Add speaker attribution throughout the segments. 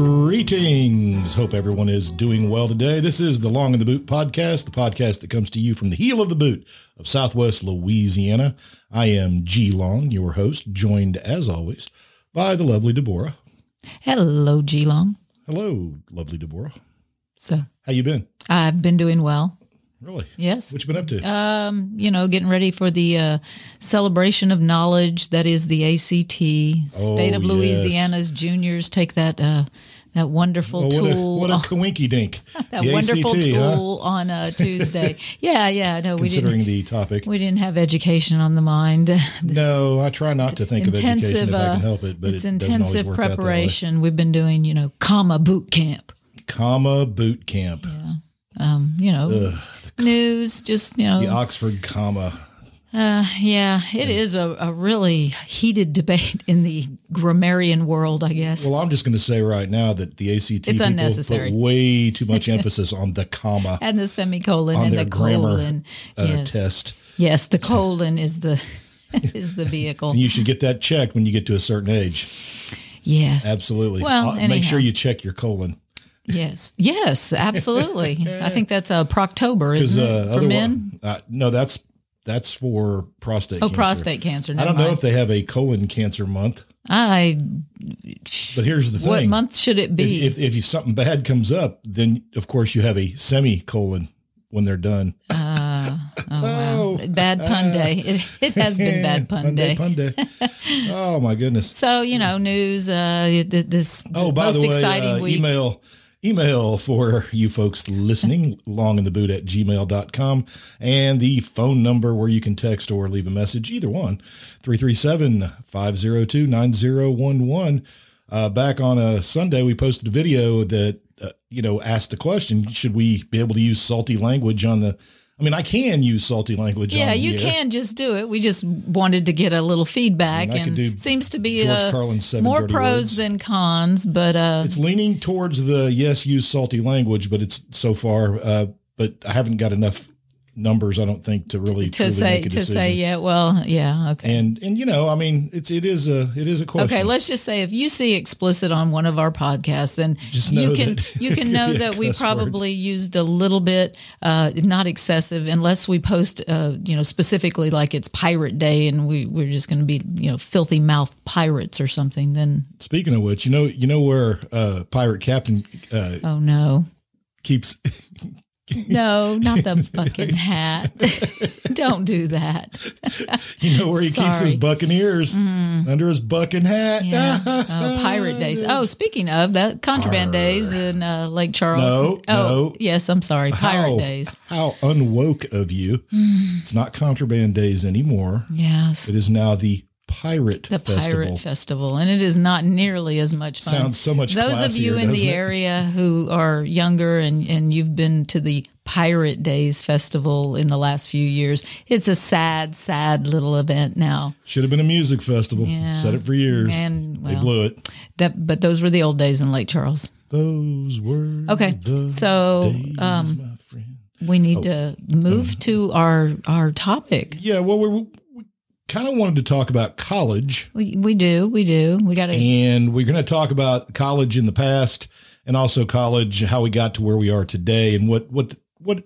Speaker 1: Greetings. Hope everyone is doing well today. This is the Long in the Boot podcast, the podcast that comes to you from the heel of the boot of Southwest Louisiana. I am G Long, your host, joined as always by the lovely Deborah.
Speaker 2: Hello, G Long.
Speaker 1: Hello, lovely Deborah.
Speaker 2: So
Speaker 1: How you been?
Speaker 2: I've been doing well.
Speaker 1: Really?
Speaker 2: Yes.
Speaker 1: What you been up to?
Speaker 2: Um, you know, getting ready for the uh, celebration of knowledge that is the ACT. State
Speaker 1: Oh, yes.
Speaker 2: of Louisiana's juniors take that uh, that
Speaker 1: Oh,
Speaker 2: wonderful
Speaker 1: what a
Speaker 2: tool.
Speaker 1: what a coinky dink.
Speaker 2: that wonderful tool on uh, Tuesday. yeah, yeah. No, we didn't.
Speaker 1: Considering the topic.
Speaker 2: We didn't have education on the mind. This
Speaker 1: No, I try not to think of education if I
Speaker 2: uh,
Speaker 1: can help it, but
Speaker 2: it's
Speaker 1: it doesn't always
Speaker 2: intensive
Speaker 1: work out that way.
Speaker 2: preparation. We've been doing, you know, comma boot camp.
Speaker 1: Comma boot camp.
Speaker 2: Um, you know, news. Just you know,
Speaker 1: The Oxford comma.
Speaker 2: Yeah, it is a, a really heated debate in the grammarian world, I guess.
Speaker 1: Well, I'm just going to say right now that the ACT people
Speaker 2: unnecessary.
Speaker 1: put way too much emphasis on the comma
Speaker 2: and the semicolon
Speaker 1: on
Speaker 2: and
Speaker 1: their
Speaker 2: the
Speaker 1: grammar
Speaker 2: colon.
Speaker 1: uh,
Speaker 2: yes.
Speaker 1: test.
Speaker 2: yes, the colon is the is the vehicle.
Speaker 1: And you should get that checked when you get to a certain age.
Speaker 2: Yes.
Speaker 1: Absolutely.
Speaker 2: Well,
Speaker 1: Uh, make sure
Speaker 2: anyhow.
Speaker 1: you check your colon.
Speaker 2: yes. Yes, absolutely. I think that's a proctober,
Speaker 1: Because
Speaker 2: isn't
Speaker 1: uh,
Speaker 2: it? For
Speaker 1: otherwise,
Speaker 2: men?
Speaker 1: uh, no, that's that's for prostate.
Speaker 2: Oh,
Speaker 1: cancer.
Speaker 2: prostate cancer.
Speaker 1: I
Speaker 2: Never
Speaker 1: don't know
Speaker 2: mind.
Speaker 1: if they have a colon cancer month,
Speaker 2: I
Speaker 1: but here's the thing:
Speaker 2: what month should it
Speaker 1: if,
Speaker 2: be?
Speaker 1: if, if you- something bad comes up, then of course you have a semicolon when they're done.
Speaker 2: oh, wow. Bad pun day. It, it has been bad pun day.
Speaker 1: uh, Pun day. oh my goodness.
Speaker 2: So, you know, news uh th- this
Speaker 1: Oh, by
Speaker 2: most
Speaker 1: the way,
Speaker 2: exciting
Speaker 1: uh,
Speaker 2: week.
Speaker 1: email email for you folks listening long in the boot at gmail.com and the phone number where you can text or leave a message either one 337-502-9011 uh, back on a sunday we posted a video that uh, you know asked the question should we be able to use salty language on the i mean i can use salty language
Speaker 2: Yeah,
Speaker 1: on
Speaker 2: you
Speaker 1: the air.
Speaker 2: can just do it. We just wanted to get a little feedback,
Speaker 1: I mean, I could do
Speaker 2: and seems to be
Speaker 1: George
Speaker 2: uh,
Speaker 1: Carlin's seven
Speaker 2: more
Speaker 1: dirty
Speaker 2: pros
Speaker 1: words.
Speaker 2: than cons. But uh,
Speaker 1: it's leaning towards the yes use salty language but it's so far uh but i haven't got enough numbers i don't think to really
Speaker 2: to
Speaker 1: truly
Speaker 2: say
Speaker 1: make a
Speaker 2: to
Speaker 1: decision.
Speaker 2: say, yeah, well, yeah, okay,
Speaker 1: and and you know i mean it's it is a it is a question
Speaker 2: okay. Let's just say if you see explicit on one of our podcasts, then
Speaker 1: Just know
Speaker 2: you can
Speaker 1: that
Speaker 2: you
Speaker 1: it
Speaker 2: can
Speaker 1: could
Speaker 2: know
Speaker 1: be a
Speaker 2: that we
Speaker 1: cuss word.
Speaker 2: probably used a little bit, uh, not excessive, unless we post, uh, you know, specifically like it's Pirate Day, and we we're just going to be you know filthy mouth pirates or something. Then
Speaker 1: speaking of which you know you know where uh pirate captain uh
Speaker 2: oh no.
Speaker 1: keeps
Speaker 2: No, not the fucking hat. Don't do that.
Speaker 1: you know where he keeps his
Speaker 2: Sorry. Mm.
Speaker 1: buccaneers under his bucking hat
Speaker 2: Yeah. Oh, pirate days. Oh, speaking of that, contraband days in uh, Lake Charles.
Speaker 1: No,
Speaker 2: oh,
Speaker 1: no.
Speaker 2: yes. I'm sorry. Pirate
Speaker 1: how,
Speaker 2: days. Mm.
Speaker 1: how unwoke of you it's not contraband days anymore
Speaker 2: Yes.
Speaker 1: it is now the pirate
Speaker 2: The
Speaker 1: festival
Speaker 2: pirate festival, and it is not nearly as much fun.
Speaker 1: sounds so much
Speaker 2: Those of
Speaker 1: classier,
Speaker 2: you in
Speaker 1: doesn't
Speaker 2: the
Speaker 1: it?
Speaker 2: area who are younger and, and you've been to the Pirate Days Festival in the last few years, it's a sad, sad little event now.
Speaker 1: Should have been a music festival.
Speaker 2: Yeah.
Speaker 1: Said it for years.
Speaker 2: And
Speaker 1: they
Speaker 2: well,
Speaker 1: blew it.
Speaker 2: that, but those were the old days in Lake Charles.
Speaker 1: Those were
Speaker 2: Okay,
Speaker 1: the
Speaker 2: so,
Speaker 1: days,
Speaker 2: um,
Speaker 1: my friend.
Speaker 2: We need
Speaker 1: Oh.
Speaker 2: to move
Speaker 1: Mm.
Speaker 2: to our our topic.
Speaker 1: yeah. Well, we, we kind of wanted to talk about college,
Speaker 2: We, we do, we do. We got to.
Speaker 1: and we're going to talk about college in the past, and also college, how we got to where we are today, and what what what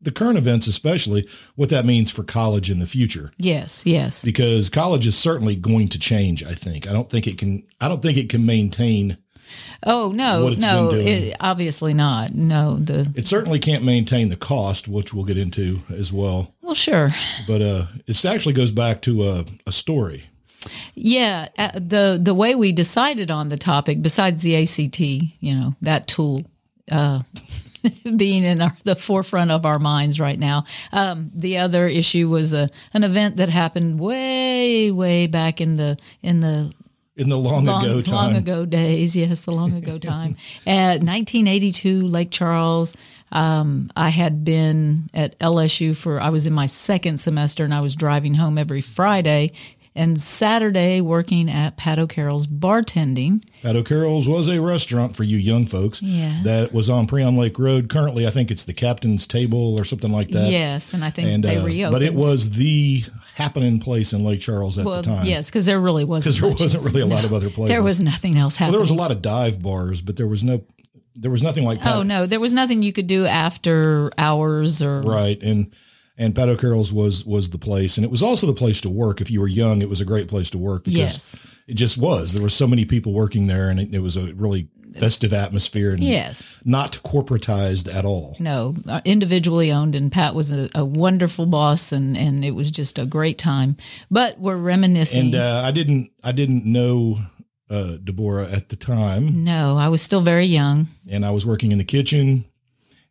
Speaker 1: the current events, especially what that means for college in the future.
Speaker 2: Yes, yes.
Speaker 1: Because college is certainly going to change. I think. I don't think it can. I don't think it can maintain
Speaker 2: Oh no,
Speaker 1: What it's
Speaker 2: no.
Speaker 1: been doing.
Speaker 2: It, obviously not. No. The
Speaker 1: It certainly can't maintain the cost, which we'll get into as well.
Speaker 2: well, sure.
Speaker 1: But uh, it actually goes back to a, a story.
Speaker 2: Yeah. uh, the the way we decided on the topic, besides the ACT, you know, that tool uh, being in our, the forefront of our minds right now. Um, the other issue was a an event that happened way, way back in the in the
Speaker 1: In the long,
Speaker 2: long,
Speaker 1: ago time,
Speaker 2: long ago days. Yes, the long ago time. At 1982, Lake Charles. Um, I had been at LSU for I was in my second semester, and I was driving home every Friday and Saturday working at Pat O'Carroll's bartending.
Speaker 1: Pat O'Carroll's was a restaurant for you young folks
Speaker 2: Yes.
Speaker 1: that was on Prion Lake Road. Currently, I think it's the Captain's Table or something like that.
Speaker 2: yes, and I think
Speaker 1: And,
Speaker 2: they
Speaker 1: uh,
Speaker 2: reopened.
Speaker 1: but it was the happening place in Lake Charles at
Speaker 2: well,
Speaker 1: the time.
Speaker 2: yes, because there really wasn't.
Speaker 1: 'Cause there
Speaker 2: much
Speaker 1: wasn't
Speaker 2: else.
Speaker 1: really a lot
Speaker 2: No.
Speaker 1: of other places.
Speaker 2: There was nothing else
Speaker 1: Well, there
Speaker 2: happening.
Speaker 1: was a lot of dive bars, but there was no, there was nothing like Pat,
Speaker 2: oh no, there was nothing you could do after hours or
Speaker 1: right? And and Pat O'Carroll's was was the place, and it was also the place to work. If you were young, it was a great place to work because
Speaker 2: Yes.
Speaker 1: it just was. There were so many people working there, and it, it was a really festive atmosphere and
Speaker 2: yes.
Speaker 1: not corporatized at all.
Speaker 2: No, uh, individually owned, and Pat was a, a wonderful boss, and, and it was just a great time. But we're
Speaker 1: And
Speaker 2: reminiscing.
Speaker 1: uh, I didn't I didn't know uh, Deborah at the time.
Speaker 2: no, I was still very young
Speaker 1: and I was working in the kitchen,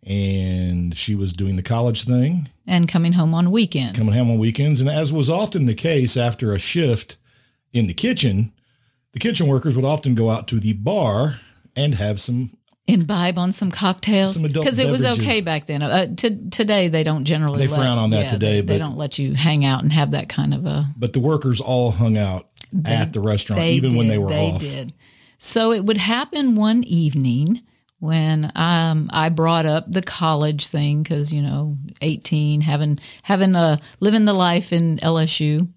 Speaker 1: and she was doing the college thing,
Speaker 2: and coming home on weekends.
Speaker 1: coming home on weekends. And as was often the case after a shift in the kitchen, the kitchen workers would often go out to the bar and have some.
Speaker 2: Imbibe on some cocktails
Speaker 1: Some adult
Speaker 2: because it was
Speaker 1: beverages.
Speaker 2: okay back then. Uh, to, today they don't generally.
Speaker 1: They
Speaker 2: let-
Speaker 1: frown on that
Speaker 2: yeah,
Speaker 1: today,
Speaker 2: They, they
Speaker 1: but-
Speaker 2: don't let you hang out and have that kind of a.
Speaker 1: But the workers all hung out at the restaurant,
Speaker 2: They
Speaker 1: even
Speaker 2: did,
Speaker 1: when they were
Speaker 2: they
Speaker 1: off.
Speaker 2: did. So it would happen one evening when um, I brought up the college thing because you know, eighteen, having having a living the life in LSU,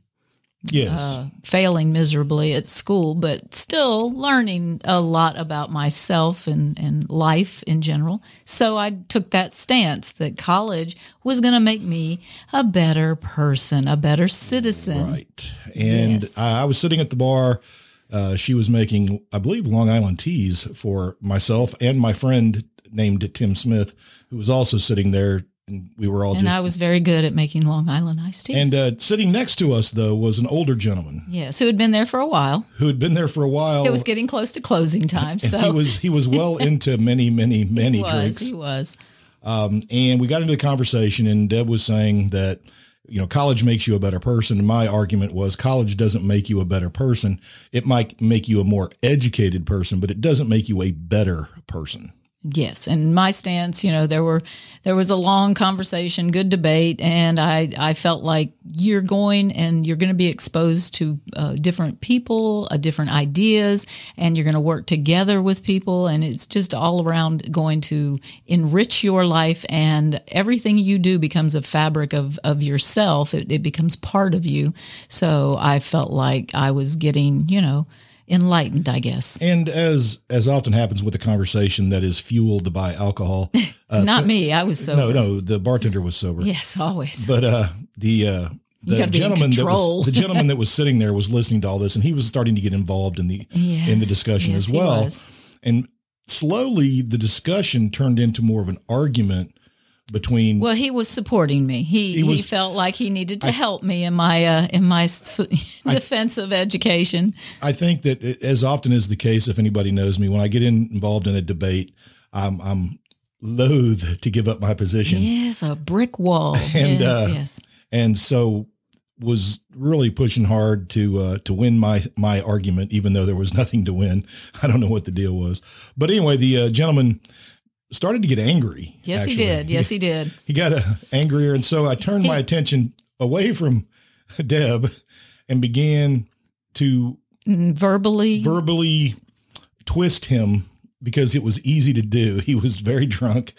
Speaker 1: Yes,
Speaker 2: uh, failing miserably at school, but still learning a lot about myself and, and life in general. So I took that stance that college was going to make me a better person, a better citizen.
Speaker 1: right. And
Speaker 2: Yes.
Speaker 1: I, I was sitting at the bar. Uh, she was making, I believe, Long Island teas for myself and my friend named Tim Smith, who was also sitting there. And we were all
Speaker 2: And
Speaker 1: just
Speaker 2: I was very good at making Long Island iced teas.
Speaker 1: And uh, sitting next to us, though, was an older gentleman
Speaker 2: yes, who had been there for a while.
Speaker 1: who had been there for a while.
Speaker 2: It was getting close to closing time.
Speaker 1: Oh. and
Speaker 2: So
Speaker 1: he was he was well into many, many, many
Speaker 2: he was.
Speaker 1: drinks.
Speaker 2: He was.
Speaker 1: And we got into the conversation, and Deb was saying that you know college makes you a better person. And my argument was college doesn't make you a better person. It might make you a more educated person, but it doesn't make you a better person.
Speaker 2: Yes, and my stance, you know, there were there was a long conversation, good debate, and I I felt like you're going and you're going to be exposed to uh, different people, uh, different ideas, and you're going to work together with people, and it's just all around going to enrich your life, and everything you do becomes a fabric of of yourself. It, it becomes part of you. So I felt like I was getting, you know, enlightened. I guess
Speaker 1: And as as often happens with a conversation that is fueled by alcohol, uh,
Speaker 2: not me. I was so
Speaker 1: no, no, the bartender was sober.
Speaker 2: yes, always.
Speaker 1: But uh, the uh, the
Speaker 2: gotta be in
Speaker 1: gentleman that
Speaker 2: control.
Speaker 1: was the gentleman that was sitting there was listening to all this, and he was starting to get involved in the
Speaker 2: Yes,
Speaker 1: in the discussion
Speaker 2: yes,
Speaker 1: as
Speaker 2: he
Speaker 1: well.
Speaker 2: was.
Speaker 1: And slowly, the discussion turned into more of an argument between.
Speaker 2: Well, he was supporting me. He he,
Speaker 1: was-
Speaker 2: felt like he needed to help me in my uh, in my s defense of education.
Speaker 1: I think that it- as often is the case, if anybody knows me, when I get in, involved in a debate, I'm I'm loath to give up my position,
Speaker 2: Yes, a brick wall.
Speaker 1: And,
Speaker 2: yes,
Speaker 1: uh,
Speaker 2: yes.
Speaker 1: and so was really pushing hard to uh, to win my my argument, even though there was nothing to win. I don't know what the deal was, but anyway, the uh, gentleman started to get angry.
Speaker 2: Yes, he
Speaker 1: actually.
Speaker 2: did. Yes, he did.
Speaker 1: he got uh, angrier, and so I turned my attention away from Deb and began to
Speaker 2: Mm, Verbally,
Speaker 1: verbally twist him because it was easy to do. He was very drunk,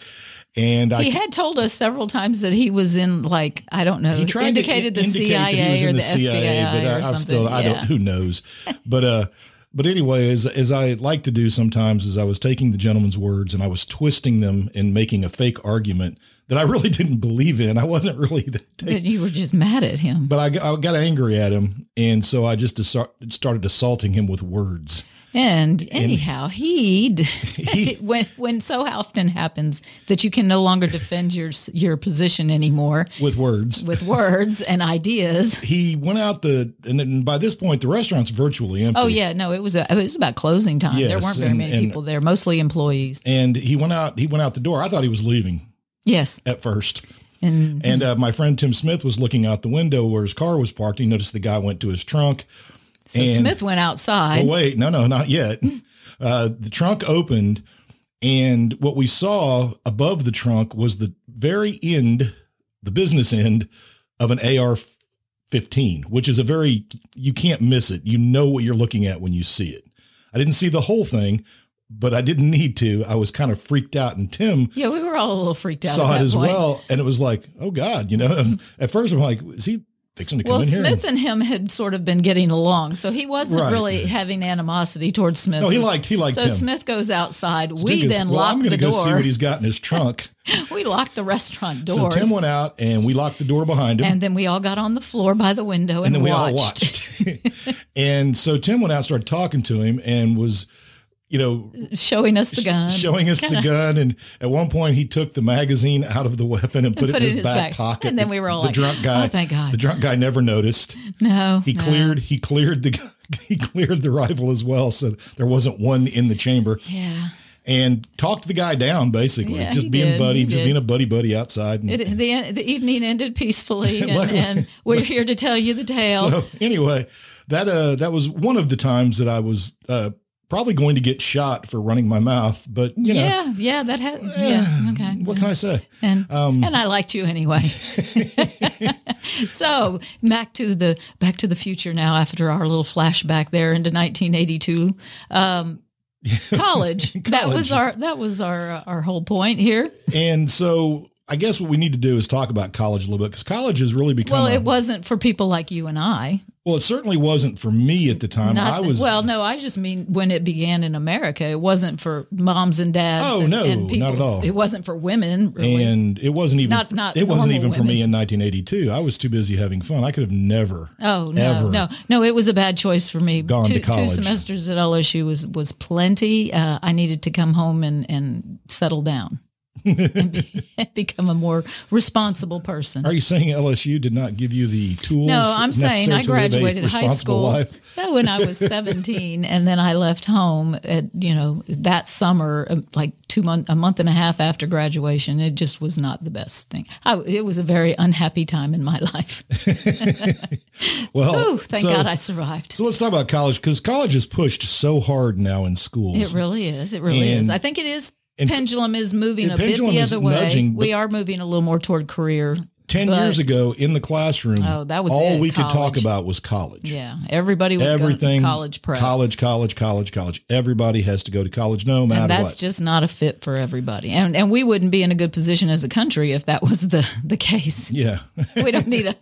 Speaker 1: and I
Speaker 2: he had told us several times that he was in like I don't know.
Speaker 1: he tried
Speaker 2: indicated
Speaker 1: to
Speaker 2: the
Speaker 1: in- indicate that he was
Speaker 2: CIA or
Speaker 1: in
Speaker 2: the,
Speaker 1: the CIA,
Speaker 2: FBI
Speaker 1: but I,
Speaker 2: or something.
Speaker 1: I'm still I don't
Speaker 2: Yeah.
Speaker 1: who knows, but uh, but anyway, as as I like to do sometimes, is I was taking the gentleman's words and I was twisting them and making a fake argument that I really didn't believe in. I wasn't really that.
Speaker 2: But you were just mad at him.
Speaker 1: But I, got- I got angry at him, and so I just assault- started assaulting him with words.
Speaker 2: And anyhow, he, d- when when so often happens that you can no longer defend your s- your position anymore
Speaker 1: With words,
Speaker 2: with words and ideas.
Speaker 1: he went out the, and then by this point the restaurant's virtually empty.
Speaker 2: Oh yeah, no, it was a, it was about closing time. there
Speaker 1: Yes,
Speaker 2: weren't very
Speaker 1: and-
Speaker 2: many
Speaker 1: and-
Speaker 2: people there, mostly employees.
Speaker 1: And he went out. He went out the door. I thought he was leaving
Speaker 2: Yes,
Speaker 1: at first.
Speaker 2: and
Speaker 1: And uh, my friend Tim Smith was looking out the window where his car was parked. He noticed the guy went to his trunk.
Speaker 2: so
Speaker 1: and-
Speaker 2: Smith went outside.
Speaker 1: Oh, wait, no, no, not yet.
Speaker 2: Hmm.
Speaker 1: Uh, the trunk opened, and what we saw above the trunk was the very end, the business end of an AR 15, which is a very, you can't miss it. You know what you're looking at when you see it. I didn't see the whole thing, but I didn't need to. I was kind of freaked out. And Tim
Speaker 2: Yeah, we were all a little freaked out.
Speaker 1: saw
Speaker 2: at
Speaker 1: it
Speaker 2: that
Speaker 1: as
Speaker 2: point.
Speaker 1: well. And it was like, oh God, you know, and at first I'm like, is he fixing to come
Speaker 2: Well,
Speaker 1: in here?
Speaker 2: Smith and him had sort of been getting along, so he wasn't
Speaker 1: Right.
Speaker 2: really having animosity towards Smith.
Speaker 1: No, he liked- he liked
Speaker 2: So
Speaker 1: him.
Speaker 2: Smith goes outside. we
Speaker 1: Dude goes,
Speaker 2: then
Speaker 1: well, I'm
Speaker 2: lock
Speaker 1: gonna
Speaker 2: the
Speaker 1: go see
Speaker 2: door.
Speaker 1: what he's got in his trunk.
Speaker 2: we locked the restaurant
Speaker 1: so
Speaker 2: doors,
Speaker 1: Tim went out and we locked the door behind him.
Speaker 2: and then we all got on the floor by the window
Speaker 1: and
Speaker 2: and,
Speaker 1: then we all
Speaker 2: watched.
Speaker 1: watched. and so Tim went out, and started talking to him, and was, you know,
Speaker 2: showing us the gun,
Speaker 1: showing us the gun. And at one point, he took the magazine out of the weapon and put, it in his, back, pocket.
Speaker 2: And then we were all
Speaker 1: the
Speaker 2: like,
Speaker 1: drunk guy,
Speaker 2: "Oh, thank God."
Speaker 1: The drunk guy never noticed.
Speaker 2: No,
Speaker 1: He
Speaker 2: no.
Speaker 1: cleared. He cleared the. gun- He cleared the rifle as well, so there wasn't one in the chamber.
Speaker 2: Yeah,
Speaker 1: And talked the guy down basically,
Speaker 2: Yeah,
Speaker 1: just
Speaker 2: he
Speaker 1: being
Speaker 2: did.
Speaker 1: buddy,
Speaker 2: He
Speaker 1: just
Speaker 2: did.
Speaker 1: being a buddy buddy outside. And,
Speaker 2: it, the the evening ended peacefully, and,
Speaker 1: Luckily-
Speaker 2: and we're here to tell you the tale.
Speaker 1: So anyway, that uh, that was one of the times that I was uh, probably going to get shot for running my mouth. But you know,
Speaker 2: yeah, yeah, that had. Yeah, okay.
Speaker 1: what um, can I say?
Speaker 2: and and I liked you anyway. so back to the back to the future now. After our little flashback there into 1982, um, college. That was
Speaker 1: College.
Speaker 2: our that was our uh, our whole point here.
Speaker 1: And so I guess what we need to do is talk about college a little bit because college has really become.
Speaker 2: Well,
Speaker 1: a-
Speaker 2: it wasn't for people like you and I.
Speaker 1: well, it certainly wasn't for me at the time.
Speaker 2: Not,
Speaker 1: I was
Speaker 2: well, no, I just mean when it began in America, it wasn't for moms and dads.
Speaker 1: Oh,
Speaker 2: and,
Speaker 1: no,
Speaker 2: and
Speaker 1: not
Speaker 2: people's-
Speaker 1: at all.
Speaker 2: It wasn't for women. Really.
Speaker 1: And it wasn't even
Speaker 2: Not- not
Speaker 1: it wasn't
Speaker 2: normal
Speaker 1: even for me
Speaker 2: women.
Speaker 1: in 1982. I was too busy having fun. I could have never.
Speaker 2: Oh no,
Speaker 1: ever.
Speaker 2: no, no! It was a bad choice for me.
Speaker 1: Gone
Speaker 2: two,
Speaker 1: to
Speaker 2: two
Speaker 1: college.
Speaker 2: semesters at LSU was was plenty. Uh, I needed to come home and and settle down and be, become a more responsible person.
Speaker 1: Are you saying LSU did not give you the tools?
Speaker 2: No, I'm saying I
Speaker 1: necessary to live a
Speaker 2: graduated high
Speaker 1: responsible
Speaker 2: school
Speaker 1: life?
Speaker 2: uh, when I was 17, and then I left home at you know that summer, uh, like two month, a month and a half after graduation. It just was not the best thing. I, it was a very unhappy time in my life.
Speaker 1: Well,
Speaker 2: Ooh, thank
Speaker 1: so-
Speaker 2: God I survived.
Speaker 1: So let's talk about college because college is pushed so hard now in schools.
Speaker 2: It really is. It really is.
Speaker 1: And-
Speaker 2: I think it is.
Speaker 1: and-
Speaker 2: Pendulum is moving
Speaker 1: The
Speaker 2: a bit
Speaker 1: pendulum
Speaker 2: the
Speaker 1: is
Speaker 2: other way.
Speaker 1: nudging,
Speaker 2: we
Speaker 1: but-
Speaker 2: are moving a little more toward career.
Speaker 1: Ten
Speaker 2: but-
Speaker 1: years ago in the classroom,
Speaker 2: Oh, that was
Speaker 1: all
Speaker 2: it,
Speaker 1: we could talk
Speaker 2: college.
Speaker 1: about was college.
Speaker 2: Yeah, everybody was going
Speaker 1: Everything
Speaker 2: college prep,
Speaker 1: college, college, college, college. Everybody has to go to college, no matter
Speaker 2: and that's
Speaker 1: what.
Speaker 2: just not a fit for everybody. And and we wouldn't be in a good position as a country if that was the the case.
Speaker 1: yeah.
Speaker 2: we don't need a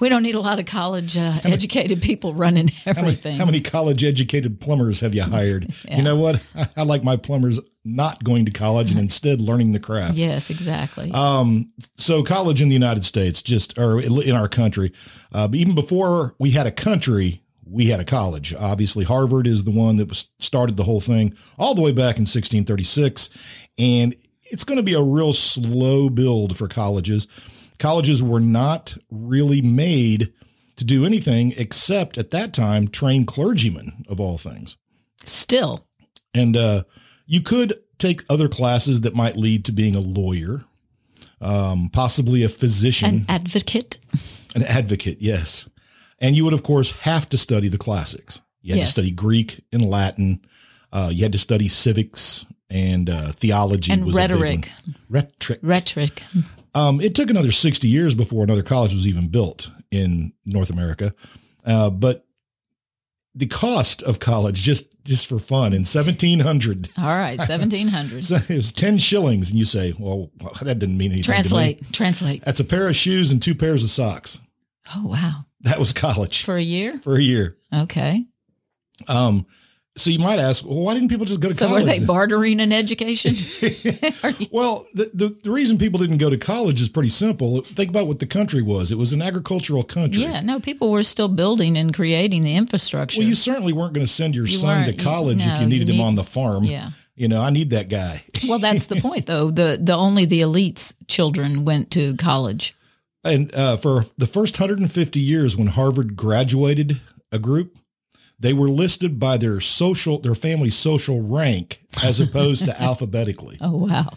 Speaker 2: we don't need a lot of college uh, educated people running everything.
Speaker 1: How many college educated plumbers have you hired? You know what? I, I like my plumbers not going to college and instead learning the craft.
Speaker 2: yes, exactly.
Speaker 1: Uh, so college in the United States, just or in our country, uh, but even before we had a country, we had a college. Obviously, Harvard is the one that was started the whole thing all the way back in 1636, and it's going to be a real slow build for colleges. Colleges were not really made to do anything except at that time train clergymen of all things
Speaker 2: Still,
Speaker 1: and uh, you could take other classes that might lead to being a lawyer, um, possibly a
Speaker 2: an
Speaker 1: physician,
Speaker 2: advocate.
Speaker 1: an, advocate. Yes, and you would of course have to study the classics. You had
Speaker 2: Yes.
Speaker 1: to study Greek and Latin. Uh, you had to study civics and uh, theology
Speaker 2: And
Speaker 1: was a big
Speaker 2: rhetoric.
Speaker 1: one. Rhetoric.
Speaker 2: Rhetoric.
Speaker 1: Um, it took another 60 years before another college was even built in North America. Uh, but the cost of college, just just for fun, in 1700,
Speaker 2: All right, seventeen hundred.
Speaker 1: so it was 10 uh, shillings. And you say, well, that didn't mean anything. to Uh, me."
Speaker 2: Translate. Translate.
Speaker 1: That's a pair of shoes and two pairs of socks.
Speaker 2: Oh wow.
Speaker 1: That was college
Speaker 2: For a year?
Speaker 1: for a year.
Speaker 2: Okay.
Speaker 1: Um, so you might ask, well, why didn't people just go to
Speaker 2: So were
Speaker 1: college?
Speaker 2: they
Speaker 1: then?
Speaker 2: bartering an education?
Speaker 1: well, the, the, the reason people didn't go to college is pretty simple. Think about what the country was. It was an agricultural country.
Speaker 2: yeah, no, people were still building and creating the infrastructure.
Speaker 1: Well, you certainly weren't going to send your son to
Speaker 2: weren't- you-
Speaker 1: college if
Speaker 2: no,
Speaker 1: you
Speaker 2: you
Speaker 1: needed him
Speaker 2: need-
Speaker 1: on the farm.
Speaker 2: Yeah.
Speaker 1: You know, I need that guy.
Speaker 2: Well, that's the point though. The the only the elites children went to college.
Speaker 1: And uh, for the first 150 years, when Harvard graduated a group, they were listed by their social, their family's social rank, as opposed to alphabetically.
Speaker 2: Oh wow.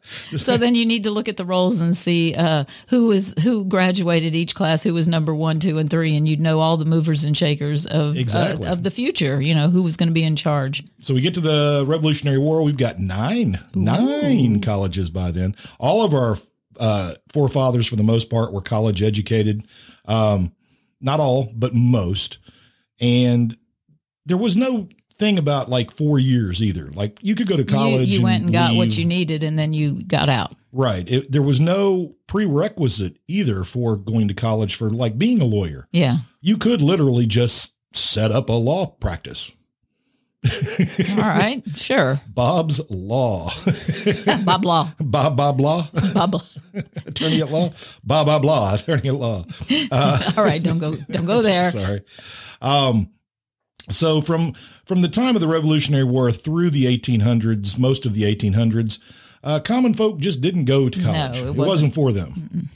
Speaker 2: so then you need to look at the roles and see uh, who was who graduated each class, who was number one, two, and three, and you'd know all the movers and shakers of uh,
Speaker 1: Exactly.
Speaker 2: of the future. You know who was going to be in charge.
Speaker 1: So we get to the Revolutionary War. We've got nine, nine colleges by then. All of our uh, forefathers, for the most part, were college educated. Um, not all, but most. And there was no thing about like four years either. Like you could go to college.
Speaker 2: you, you went and got what
Speaker 1: leave.
Speaker 2: you needed, and then you got out.
Speaker 1: Right. It, there was no prerequisite either for going to college for like being a lawyer
Speaker 2: Yeah.
Speaker 1: you could literally just set up a law practice.
Speaker 2: All right. Sure.
Speaker 1: Bob's Law.
Speaker 2: blah blah
Speaker 1: Bob, Bob Law,
Speaker 2: blah blah.
Speaker 1: attorney at law. Bob, Bob Law, attorney at law.
Speaker 2: All right. Don't go. Don't go there.
Speaker 1: Sorry. Um, so from from the time of the Revolutionary War through the 1800s, most of the 1800s, uh, common folk just didn't go to college.
Speaker 2: it
Speaker 1: it, wasn't.
Speaker 2: wasn't.
Speaker 1: for them.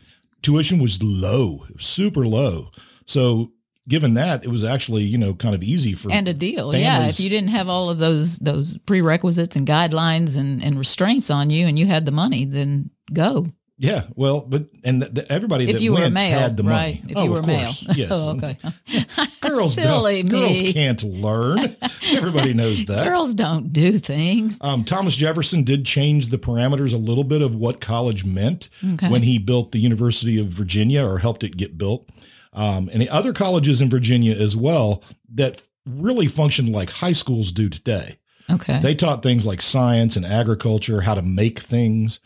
Speaker 1: Tuition was low, super low. So given that, it was actually you know kind of easy for
Speaker 2: And a deal. Yeah.
Speaker 1: Mm-hmm. Families-
Speaker 2: If you didn't have all of those those prerequisites and guidelines and and restraints on you, and you had the money, then go.
Speaker 1: Yeah, well, but and th- th- everybody
Speaker 2: If
Speaker 1: that
Speaker 2: you
Speaker 1: went
Speaker 2: were a male,
Speaker 1: had the
Speaker 2: right?
Speaker 1: money.
Speaker 2: If
Speaker 1: oh,
Speaker 2: you were
Speaker 1: of
Speaker 2: male,
Speaker 1: course, yes.
Speaker 2: oh, okay.
Speaker 1: Girls,
Speaker 2: Silly
Speaker 1: don't, girls
Speaker 2: me.
Speaker 1: can't learn. Everybody knows that.
Speaker 2: Girls don't do things.
Speaker 1: Um, Thomas Jefferson did change the parameters a little bit of what college meant
Speaker 2: Okay.
Speaker 1: when he built the University of Virginia or helped it get built, um, and the other colleges in Virginia as well that really functioned like high schools do today.
Speaker 2: Okay.
Speaker 1: They taught things like science and agriculture, how to make things.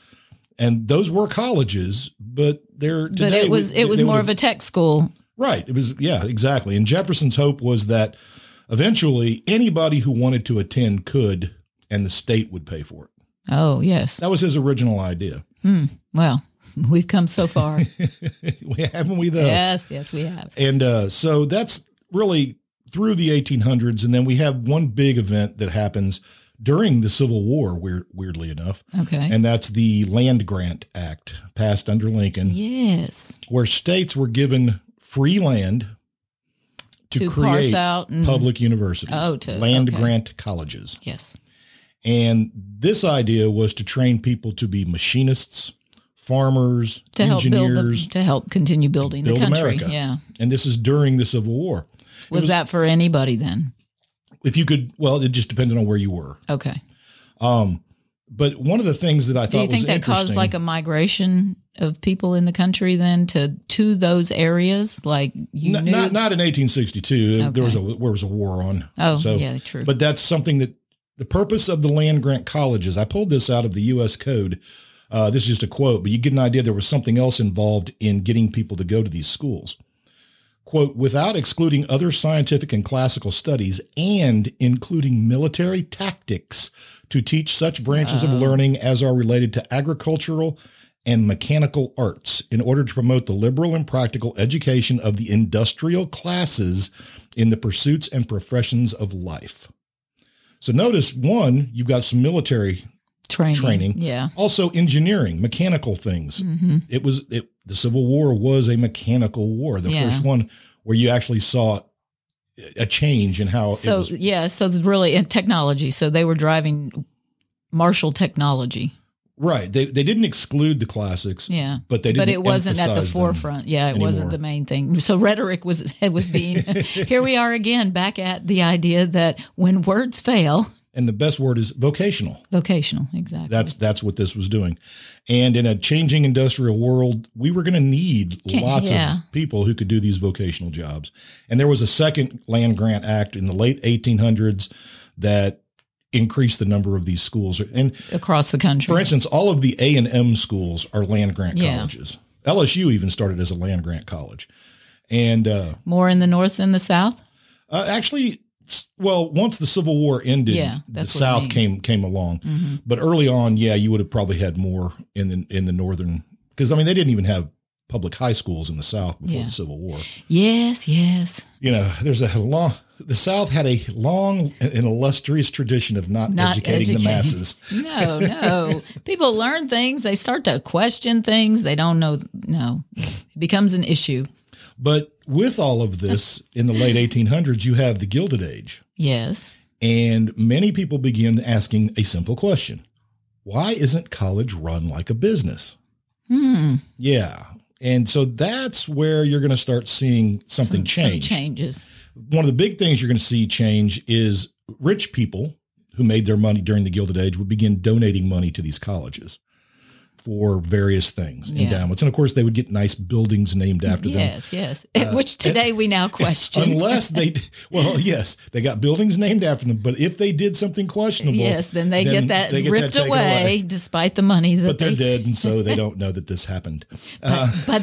Speaker 1: And those were colleges, but they're
Speaker 2: but
Speaker 1: today
Speaker 2: it was
Speaker 1: we-
Speaker 2: it was
Speaker 1: they
Speaker 2: more
Speaker 1: would've-
Speaker 2: of a tech school.
Speaker 1: Right. It was, yeah, exactly. And Jefferson's hope was that eventually anybody who wanted to attend could, and the state would pay for it.
Speaker 2: Oh yes.
Speaker 1: That was his original idea.
Speaker 2: Well, we've come so far.
Speaker 1: Haven't we, though?
Speaker 2: yes. Yes, we have.
Speaker 1: And uh, so that's really through the 1800s. And then we have one big event that happens during the Civil War, weird, weirdly enough,
Speaker 2: Okay.
Speaker 1: and that's the Land Grant Act passed under Lincoln,
Speaker 2: yes.
Speaker 1: where states were given free land to,
Speaker 2: To
Speaker 1: create
Speaker 2: parse out and
Speaker 1: public universities,
Speaker 2: Oh, to-
Speaker 1: land
Speaker 2: okay.
Speaker 1: grant colleges.
Speaker 2: Yes.
Speaker 1: And this idea was to train people to be machinists, farmers,
Speaker 2: To help build the,
Speaker 1: engineers,
Speaker 2: to help continue building
Speaker 1: build
Speaker 2: the country.
Speaker 1: America.
Speaker 2: Yeah.
Speaker 1: and this is during the Civil War.
Speaker 2: Was, that for anybody then?
Speaker 1: If you could, well, it just depended on where you were.
Speaker 2: Okay.
Speaker 1: But one of the things that I thought
Speaker 2: Do you think
Speaker 1: was
Speaker 2: that
Speaker 1: interesting,
Speaker 2: caused like a migration of people in the country then to to those areas? Like you
Speaker 1: N-
Speaker 2: knew
Speaker 1: not not in 1862,
Speaker 2: Okay.
Speaker 1: there was a there was a war on.
Speaker 2: Oh,
Speaker 1: so,
Speaker 2: yeah, true.
Speaker 1: But that's something that the purpose of the land grant colleges. I pulled this out of the U.S. Code. Uh, this is just a quote, but you get an idea. There was something else involved in getting people to go to these schools. Quote, without excluding other scientific and classical studies and including military tactics to teach such branches of learning as are related to agricultural and mechanical arts in order to promote the liberal and practical education of the industrial classes in the pursuits and professions of life. So notice one, you've got some military
Speaker 2: training.
Speaker 1: training.
Speaker 2: Yeah. Mm-hmm.
Speaker 1: also engineering, mechanical things.
Speaker 2: Hmm.
Speaker 1: It was it the Civil War was a mechanical war, the
Speaker 2: Yeah.
Speaker 1: first one where you actually saw a change in how it
Speaker 2: So
Speaker 1: was
Speaker 2: yeah, so the- really in technology. So they were driving martial technology.
Speaker 1: right. They they didn't exclude the classics,
Speaker 2: Yeah.
Speaker 1: but they didn't
Speaker 2: But it wasn't at the
Speaker 1: emphasize them.
Speaker 2: forefront. Yeah, it wasn't
Speaker 1: anymore.
Speaker 2: the main thing. So rhetoric was it was being here we are again back at the idea that when words fail,
Speaker 1: And the best word is vocational.
Speaker 2: vocational, exactly.
Speaker 1: That's that's what this was doing. And in a changing industrial world, we were going to need
Speaker 2: Can't-
Speaker 1: lots
Speaker 2: yeah.
Speaker 1: of people who could do these vocational jobs. And there was a second land grant act in the late 1800s that increased the number of these schools. And
Speaker 2: across the country.
Speaker 1: for instance, all of the A and M schools are land grant
Speaker 2: Yeah.
Speaker 1: colleges. LSU even started as a land grant college. And uh,
Speaker 2: More in the north than the south?
Speaker 1: uh, actually, s- well, once the Civil War ended,
Speaker 2: Yeah,
Speaker 1: the
Speaker 2: that's what Mm-hmm. I
Speaker 1: South
Speaker 2: mean.
Speaker 1: came came along. But early on, yeah, you would have probably had more in the in the northern because I mean they didn't even have public high schools in the South before
Speaker 2: Yeah.
Speaker 1: the Civil War.
Speaker 2: Yes, yes.
Speaker 1: You know, there's a long. The South had a long and illustrious tradition of not,
Speaker 2: Not
Speaker 1: educating the
Speaker 2: educating.
Speaker 1: masses.
Speaker 2: No, no. People learn things, they start to question things, they don't know no. It becomes an issue.
Speaker 1: But with all of this, in the late 1800s, you have the Gilded Age,
Speaker 2: Yes.
Speaker 1: and many people begin asking a simple question: Why isn't college run like a business?
Speaker 2: Hmm.
Speaker 1: Yeah. And so that's where you're going to start seeing something
Speaker 2: Some- some
Speaker 1: change.
Speaker 2: changes.
Speaker 1: One of the big things you're going to see change is rich people who made their money during the Gilded Age would begin donating money to these colleges. for various things,
Speaker 2: Yeah.
Speaker 1: endowments. And of course, they would get nice buildings named after them. Uh,
Speaker 2: Yes, yes. Which today we now question.
Speaker 1: Unless they, well, yes, they got buildings named after them. But if they did something questionable,
Speaker 2: yes, then they get that
Speaker 1: they
Speaker 2: ripped
Speaker 1: taken
Speaker 2: away, despite the money that
Speaker 1: But they're uh,
Speaker 2: they.
Speaker 1: dead, and so they don't know that this happened.
Speaker 2: But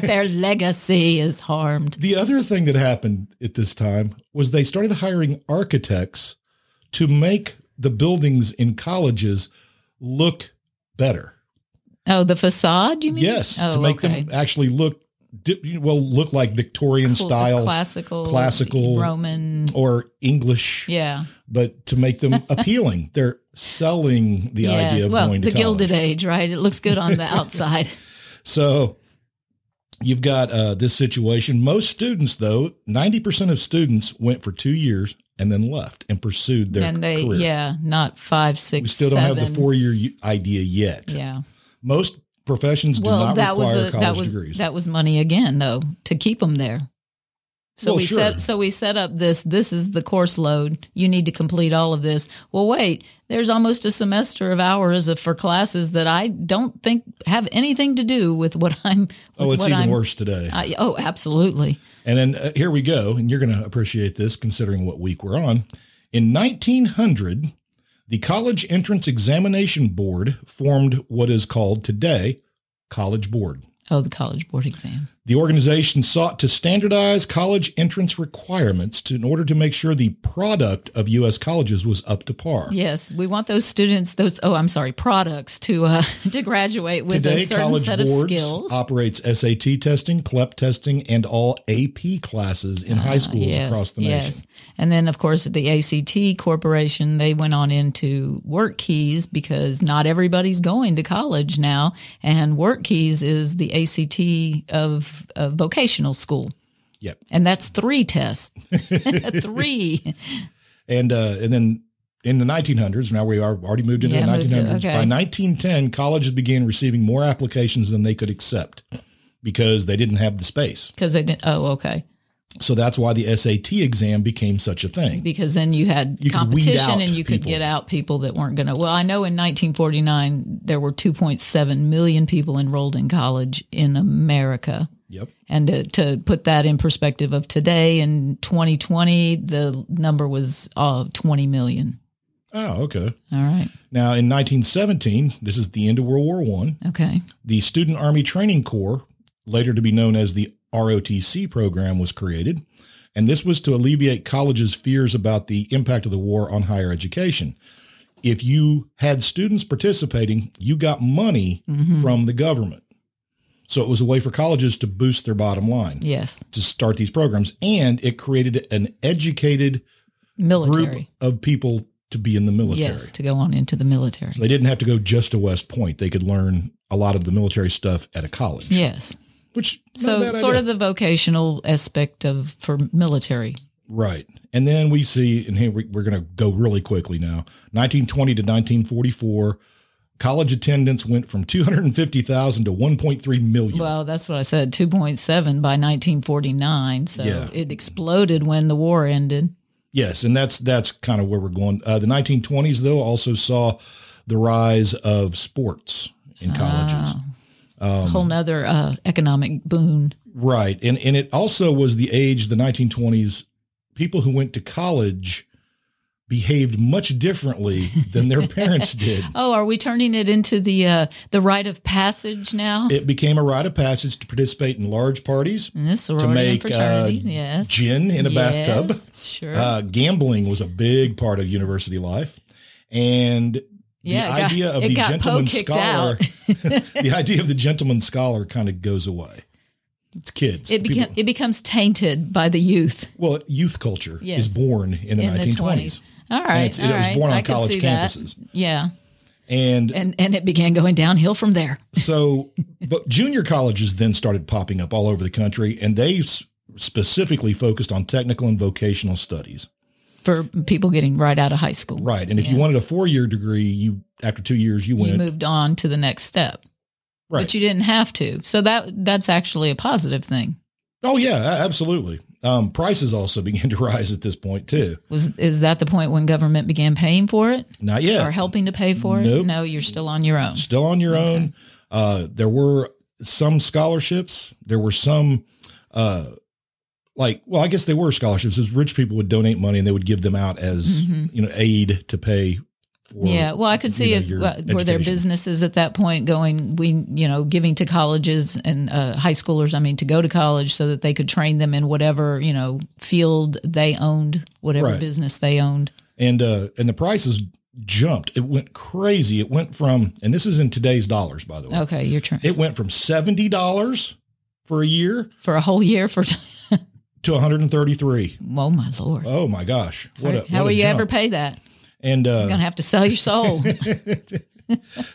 Speaker 2: their legacy is harmed.
Speaker 1: The other thing that happened at this time was they started hiring architects to make the buildings in colleges look better.
Speaker 2: Oh, the facade, you mean?
Speaker 1: Yes,
Speaker 2: oh,
Speaker 1: to make
Speaker 2: okay.
Speaker 1: them actually look di- you know, well, look like Victorian
Speaker 2: Cl-
Speaker 1: style
Speaker 2: classical,
Speaker 1: classical-
Speaker 2: Roman.
Speaker 1: or English,
Speaker 2: Yeah.
Speaker 1: but to make them appealing. They're selling the
Speaker 2: yes.
Speaker 1: idea of
Speaker 2: well,
Speaker 1: going to
Speaker 2: the
Speaker 1: college.
Speaker 2: Gilded Age, right? It looks good on the outside.
Speaker 1: So you've got uh, this situation. Most students, though, ninety percent of students went for two years and then left and pursued their
Speaker 2: and they,
Speaker 1: career.
Speaker 2: yeah, not five, six,
Speaker 1: we still don't have
Speaker 2: seven.
Speaker 1: the four-year idea yet.
Speaker 2: Yeah.
Speaker 1: Most professions do
Speaker 2: Well,
Speaker 1: not
Speaker 2: that was
Speaker 1: require
Speaker 2: a,
Speaker 1: college
Speaker 2: that was
Speaker 1: degrees.
Speaker 2: that was money again though to keep them there. So
Speaker 1: Well,
Speaker 2: we
Speaker 1: sure.
Speaker 2: set so we set up this this is the course load. You need to complete all of this. Well, wait, there's almost a semester of hours of, for classes that I don't think have anything to do with what I'm with
Speaker 1: oh, it's
Speaker 2: what
Speaker 1: even
Speaker 2: I'm,
Speaker 1: worse today.
Speaker 2: I, oh, absolutely.
Speaker 1: And then uh, here we go, and you're going to appreciate this considering what week we're on. In 1900, the College Entrance Examination Board formed what is called today College Board.
Speaker 2: Oh, the college board exam.
Speaker 1: The organization sought to standardize college entrance requirements to, in order to make sure the product of U.S. colleges was up to par.
Speaker 2: Yes, we want those students those oh, I'm sorry, products to uh, to graduate with
Speaker 1: Today,
Speaker 2: a certain
Speaker 1: college
Speaker 2: set of
Speaker 1: boards
Speaker 2: skills.
Speaker 1: operates SAT testing, CLEP testing, and all AP classes in
Speaker 2: Ah,
Speaker 1: high schools across the nation.
Speaker 2: And then, of course, the ACT Corporation, they went on into Work Keys because not everybody's going to college now. And Work Keys is the ACT of, of vocational school.
Speaker 1: Yep.
Speaker 2: And that's three tests. three.
Speaker 1: and uh, and then in the 1900s, now we are already moved into
Speaker 2: Yeah,
Speaker 1: the
Speaker 2: moved to-
Speaker 1: 1900s.
Speaker 2: okay.
Speaker 1: By 1910, colleges began receiving more applications than they could accept because they didn't have the space.
Speaker 2: Because they didn't. Oh, okay.
Speaker 1: So that's why the SAT exam became such a thing.
Speaker 2: Because then you had
Speaker 1: You could weed out
Speaker 2: competition and you could
Speaker 1: people.
Speaker 2: get out people that weren't going to. Well, I know in 1949, there were 2.7 million people enrolled in college in America.
Speaker 1: Yep.
Speaker 2: And to, to put that in perspective of today in 2020, the number was uh, 20 million.
Speaker 1: Oh, okay.
Speaker 2: All right.
Speaker 1: Now in 1917, this is the end of World War One.
Speaker 2: Okay.
Speaker 1: The Student Army Training Corps, later to be known as the ROTC program, was created. And this was to alleviate colleges' fears about the impact of the war on higher education. If you had students participating, you got money
Speaker 2: Mm-hmm.
Speaker 1: from the government. So it was a way for colleges to boost their bottom line
Speaker 2: Yes.
Speaker 1: to start these programs. And it created an educated
Speaker 2: Military.
Speaker 1: group of people to be in the military.
Speaker 2: Yes. To go on into the military.
Speaker 1: So they didn't have to go just to West Point. They could learn a lot of the military stuff at a college.
Speaker 2: yes.
Speaker 1: Which
Speaker 2: So sort of the vocational aspect of for military.
Speaker 1: right. And then we see, and here we, we're going to go really quickly now. 1920 to 1944, college attendance went from 250,000 to 1.3 million.
Speaker 2: Well, that's what I said. 2.7 by 1949. So
Speaker 1: Yeah.
Speaker 2: it exploded when the war ended.
Speaker 1: Yes, and that's that's kind of where we're going. Uh, the 1920s, though, also saw the rise of sports in colleges.
Speaker 2: Ah. A
Speaker 1: Um,
Speaker 2: whole nother uh, economic boon.
Speaker 1: Right. And and it also was the age, the 1920s, people who went to college behaved much differently than their parents did.
Speaker 2: Oh, are we turning it into the uh, the rite of passage now?
Speaker 1: It became a rite of passage to participate in large parties,
Speaker 2: And this sorority
Speaker 1: to make
Speaker 2: and fraternities,
Speaker 1: uh,
Speaker 2: yes.
Speaker 1: gin in a bathtub.
Speaker 2: Yes, Sure.
Speaker 1: Uh, gambling was a big part of university life. And
Speaker 2: Yeah, it
Speaker 1: the
Speaker 2: got-
Speaker 1: idea of
Speaker 2: it
Speaker 1: the
Speaker 2: got
Speaker 1: gentleman
Speaker 2: Poe kicked
Speaker 1: scholar, the idea of the gentleman scholar kind of goes away. It's kids.
Speaker 2: it became
Speaker 1: People-
Speaker 2: it becomes tainted by the youth
Speaker 1: well, youth culture
Speaker 2: Yes.
Speaker 1: is born in the
Speaker 2: in the
Speaker 1: 1920s.
Speaker 2: twenties. All right,
Speaker 1: And it's-
Speaker 2: all
Speaker 1: it was
Speaker 2: right.
Speaker 1: born on
Speaker 2: I can
Speaker 1: college
Speaker 2: see that.
Speaker 1: campuses.
Speaker 2: Yeah,
Speaker 1: And,
Speaker 2: and and it began going downhill from there.
Speaker 1: so but junior colleges then started popping up all over the country, and they s- specifically focused on technical and vocational studies.
Speaker 2: For people getting right out of high school,
Speaker 1: Right. And if you wanted a four year degree, you after two years, you
Speaker 2: you
Speaker 1: went.
Speaker 2: moved on to the next step,
Speaker 1: right.
Speaker 2: but you didn't have to. So that that's actually a positive thing.
Speaker 1: oh, yeah, a- absolutely. Um, prices also began to rise at this point, too.
Speaker 2: Was is that the point when government began paying for it
Speaker 1: Not yet.
Speaker 2: or helping to pay for
Speaker 1: Nope.
Speaker 2: it? No, you're still on your own.
Speaker 1: Still on your own. Uh, there were some scholarships. There were some, uh, like, well, I guess they were scholarships. Is rich people would donate money and they would give them out as
Speaker 2: Mhm.
Speaker 1: you know aid to pay. For,
Speaker 2: yeah, well, I could see
Speaker 1: know,
Speaker 2: if
Speaker 1: your
Speaker 2: well, were there
Speaker 1: education.
Speaker 2: businesses at that point going, we, you know, giving to colleges and uh, high schoolers, I mean, to go to college so that they could train them in whatever, you know, field they owned, whatever
Speaker 1: Right.
Speaker 2: business they owned.
Speaker 1: and uh, and the prices jumped. It went crazy. It went from, and this is in today's dollars, by the way.
Speaker 2: Okay, you're trying
Speaker 1: It went from seventy dollars for a year
Speaker 2: for a whole year for,
Speaker 1: to one hundred and thirty-three.
Speaker 2: oh my Lord.
Speaker 1: Oh my gosh! What a,
Speaker 2: How
Speaker 1: what
Speaker 2: will
Speaker 1: a
Speaker 2: you
Speaker 1: jump.
Speaker 2: ever pay that?
Speaker 1: And
Speaker 2: You're
Speaker 1: uh,
Speaker 2: going to have to sell your soul.